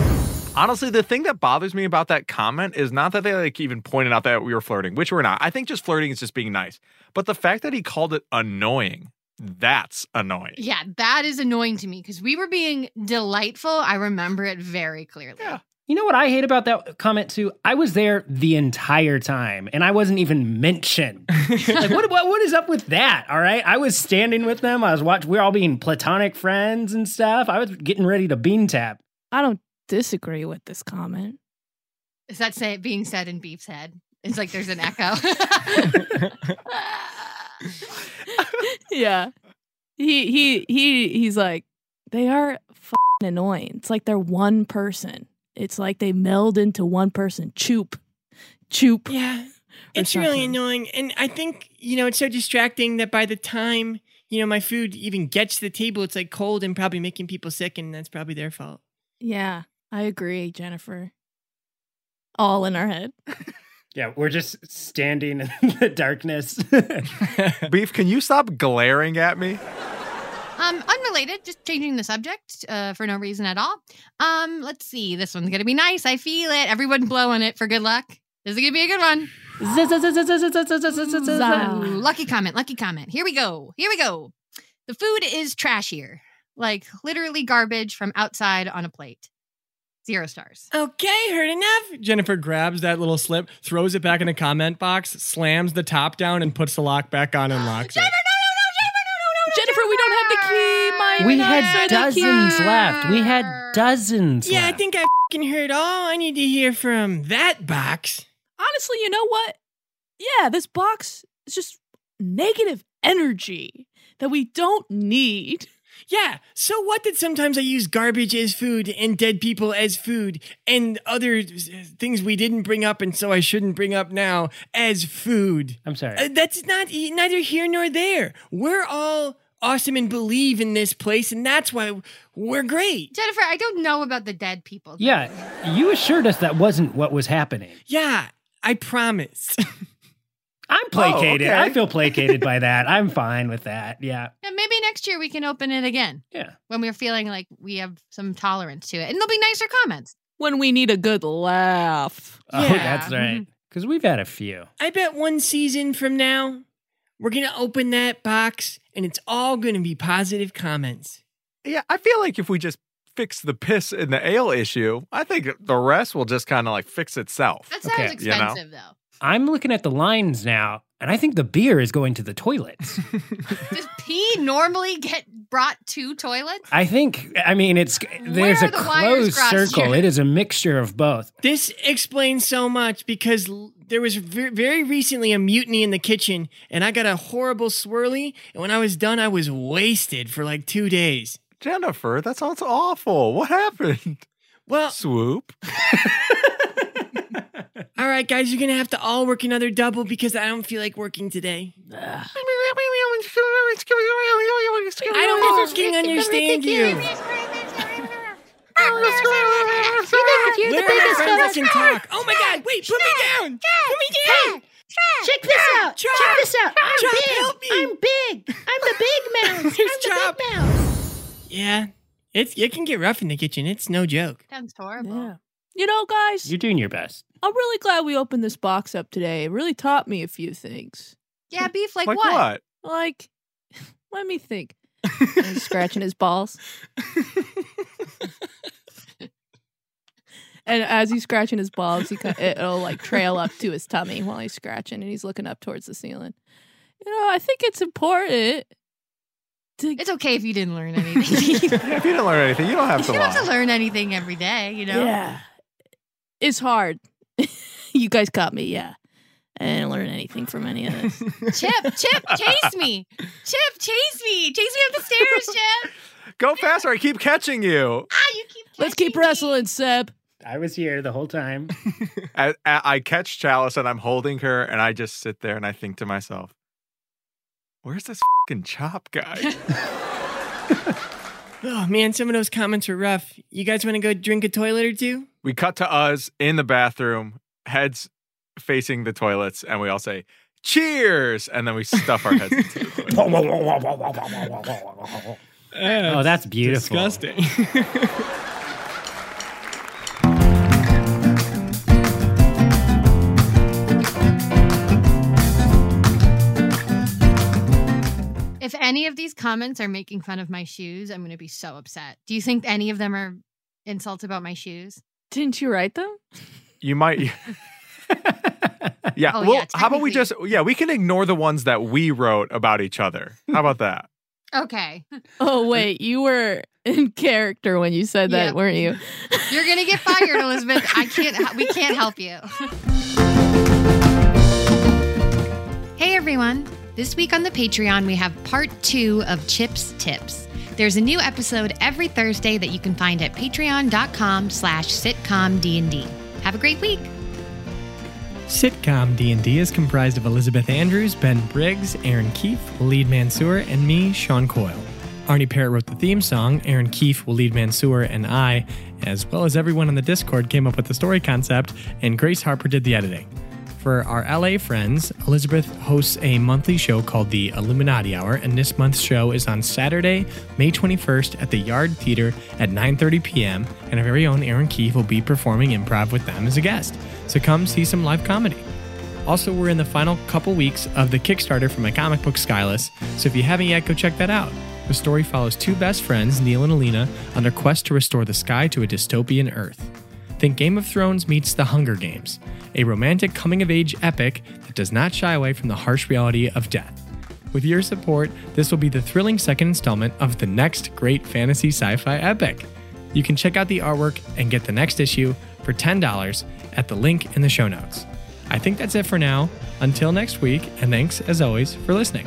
Speaker 3: Honestly, the thing that bothers me about that comment is not that they like even pointed out that we were flirting, which we're not. I think just flirting is just being nice. But the fact that he called it annoying, that's annoying.
Speaker 4: Yeah, that is annoying to me because we were being delightful. I remember it very clearly.
Speaker 3: Yeah.
Speaker 1: You know what I hate about that comment too? I was there the entire time and I wasn't even mentioned. like what, what what is up with that? All right. I was standing with them. I was watching we are all being platonic friends and stuff. I was getting ready to bean tap.
Speaker 2: I don't disagree with this comment.
Speaker 4: Is that say being said in Beef's head? It's like there's an echo.
Speaker 2: yeah. He he he he's like they are fing annoying. It's like they're one person. It's like they meld into one person. Choop. Choop.
Speaker 5: Yeah.
Speaker 2: or
Speaker 5: It's really
Speaker 2: something.
Speaker 5: annoying. And I think, you know, it's so distracting that by the time, you know, my food even gets to the table, it's like cold and probably making people sick, and that's probably their fault.
Speaker 2: Yeah, I agree, Jennifer. All in our head.
Speaker 1: Yeah, we're just standing in the darkness.
Speaker 3: Beef, can you stop glaring at me?
Speaker 4: um, unrelated, just changing the subject uh, for no reason at all. Um, let's see. This one's gonna be nice. I feel it. Everyone blow on it for good luck. This is gonna be a good one.
Speaker 2: Zah.
Speaker 4: Ooh, lucky comment. Lucky comment. Here we go. Here we go. The food is trashier, like literally garbage from outside on a plate. Zero stars.
Speaker 5: Okay, heard enough. Jennifer grabs that little slip, throws it back in the comment box, slams the top down, and puts the lock back on and locks it.
Speaker 4: Jennifer, no, no, no, Jennifer, no,
Speaker 2: Jennifer, we don't have the key.
Speaker 4: no, no,
Speaker 2: My
Speaker 1: we
Speaker 2: nuts
Speaker 1: had
Speaker 2: are the key.
Speaker 1: dozens left. We had dozens
Speaker 5: Yeah, I
Speaker 1: left.
Speaker 5: think I fing heard all I need to hear from that box.
Speaker 2: Honestly, you know what? Yeah, this box is just negative energy that we don't need.
Speaker 5: Yeah, so what that sometimes I use garbage as food and dead people as food and other s- things we didn't bring up and so I shouldn't bring up now as food.
Speaker 1: I'm sorry.
Speaker 5: Uh, that's not e- neither here nor there. We're all awesome and believe in this place, and that's why we're great.
Speaker 4: Jennifer, I don't know about the dead people.
Speaker 1: yeah, you assured us that wasn't what was happening.
Speaker 5: Yeah, I promise.
Speaker 1: I'm placated.
Speaker 3: okay.
Speaker 1: I feel placated by that. I'm fine with that. Yeah.
Speaker 4: And maybe next year we can open it again
Speaker 1: Yeah.
Speaker 4: when we're feeling like we have some tolerance to it. And there'll be nicer comments.
Speaker 2: When we need a good laugh.
Speaker 1: Oh,
Speaker 5: Yeah.
Speaker 1: that's right. Because we've had a few.
Speaker 5: I bet one season from now, We're going to open that box and it's all going to be positive comments.
Speaker 3: Yeah, I feel like if we just fix the piss and the ale issue, I think the rest will just kind of like fix itself.
Speaker 4: That sounds
Speaker 1: Okay,
Speaker 3: you know.
Speaker 4: expensive,
Speaker 1: I'm looking at the lines now, and I think the beer is going to the toilets.
Speaker 4: though. Does pee normally get brought to toilets?
Speaker 1: I think, I mean, it's there's
Speaker 4: are
Speaker 1: a
Speaker 4: the wires
Speaker 1: closed
Speaker 4: crossed
Speaker 1: circle.
Speaker 4: here?
Speaker 1: It is a mixture of both.
Speaker 5: This explains so much because l- there was ver- very recently a mutiny in the kitchen and I got a horrible swirly. And when I was done, I was wasted for like two days.
Speaker 3: Jennifer, that sounds awful. What happened?
Speaker 4: Oh.
Speaker 5: Well,
Speaker 3: Swoop.
Speaker 5: all right, guys, you're going to have to all work another double because I don't feel like working today. I don't fucking understand you. Learn how to fucking talk. Oh my god, wait, put me down. Put me down.
Speaker 6: Check this out.
Speaker 5: Chop!
Speaker 6: Check this out. I'm
Speaker 5: Chop,
Speaker 6: big.
Speaker 5: help me.
Speaker 6: I'm big. I'm the big mouse.
Speaker 5: Here's
Speaker 6: I'm the
Speaker 5: Chop.
Speaker 6: big mouse.
Speaker 5: Yeah. It's it can get rough in the kitchen. It's no joke.
Speaker 4: Sounds horrible.
Speaker 7: Yeah. You know, guys,
Speaker 1: You're doing your best.
Speaker 7: I'm really glad we opened this box up today. It really taught me a few things.
Speaker 4: Yeah, beef like,
Speaker 3: Like what?
Speaker 4: what?
Speaker 7: Like, let me think. And he's scratching his balls. and as he's scratching his balls, he kind it'll like trail up to his tummy while he's scratching, and he's looking up towards the ceiling. You know, I think it's important. To,
Speaker 4: It's okay if you didn't learn anything. you
Speaker 3: Yeah, if you didn't learn anything, you don't have to
Speaker 4: don't have to
Speaker 3: lie.
Speaker 4: learn anything every day, you know?
Speaker 7: Yeah, it's hard. you guys caught me. Yeah, I didn't learn anything from any of this.
Speaker 4: Chip, Chip, chase me. Chip, chase me. Chase me up the stairs, Chip.
Speaker 3: Go faster. I keep catching you.
Speaker 4: Ah, you keep
Speaker 7: Let's keep
Speaker 4: catching me.
Speaker 7: wrestling, Seb.
Speaker 1: I was here the whole time.
Speaker 3: I, I I catch Chalice and I'm holding her, and I just sit there and I think to myself, where's this fucking chop guy?
Speaker 5: Oh man, some of those comments are rough. You guys want to go drink a toilet or two?
Speaker 3: we cut to us in the bathroom, heads facing the toilets, and we all say, cheers. And then we stuff our heads into the toilet.
Speaker 1: oh, that's beautiful.
Speaker 4: If any of these comments are making fun of my shoes, I'm going to be so upset. Do you think any of them are insults about my shoes?
Speaker 7: Didn't you write them?
Speaker 3: You might. yeah.
Speaker 4: Oh, yeah,
Speaker 3: well, how about we
Speaker 4: technically.
Speaker 3: just, yeah, we can ignore the ones that we wrote about each other. How about that?
Speaker 4: Okay.
Speaker 7: Oh wait, you were in character when you said that,
Speaker 4: Yeah.
Speaker 7: weren't you?
Speaker 4: You're going to get fired, Elizabeth. I can't, we can't help you. hey, everyone. This week on the Patreon, we have part two of Chip's Tips. There's a new episode every Thursday that you can find at patreon.com slash sitcom D&D. Have a great week.
Speaker 5: Sitcom D&D is comprised of Elizabeth Andrews, Ben Briggs, Aaron Keefe, Waleed Mansour, and me, Sean Coyle. Arnie Parrott wrote the theme song, Aaron Keefe, Waleed Mansour, and I, as well as everyone on the Discord, came up with the story concept, and Grace Harper did the editing. For our LA friends, Elizabeth hosts a monthly show called the Illuminati Hour, and this month's show is on Saturday, May 21st at the Yard Theater at 9:30 p.m. And our very own Aaron Keefe will be performing improv with them as a guest. So come see some live comedy. Also, we're in the final couple weeks of the Kickstarter for my comic book Skyless, so if you haven't yet, go check that out. The story follows two best friends, Neil and Alina, on their quest to restore the sky to a dystopian Earth. Think Game of Thrones meets The Hunger Games, a romantic coming of age epic that does not shy away from the harsh reality of death. With your support, this will be the thrilling second installment of the next great fantasy sci fi epic. You can check out the artwork and get the next issue for $10 at the link in the show notes. I think that's it for now. Until next week, and thanks as always for listening.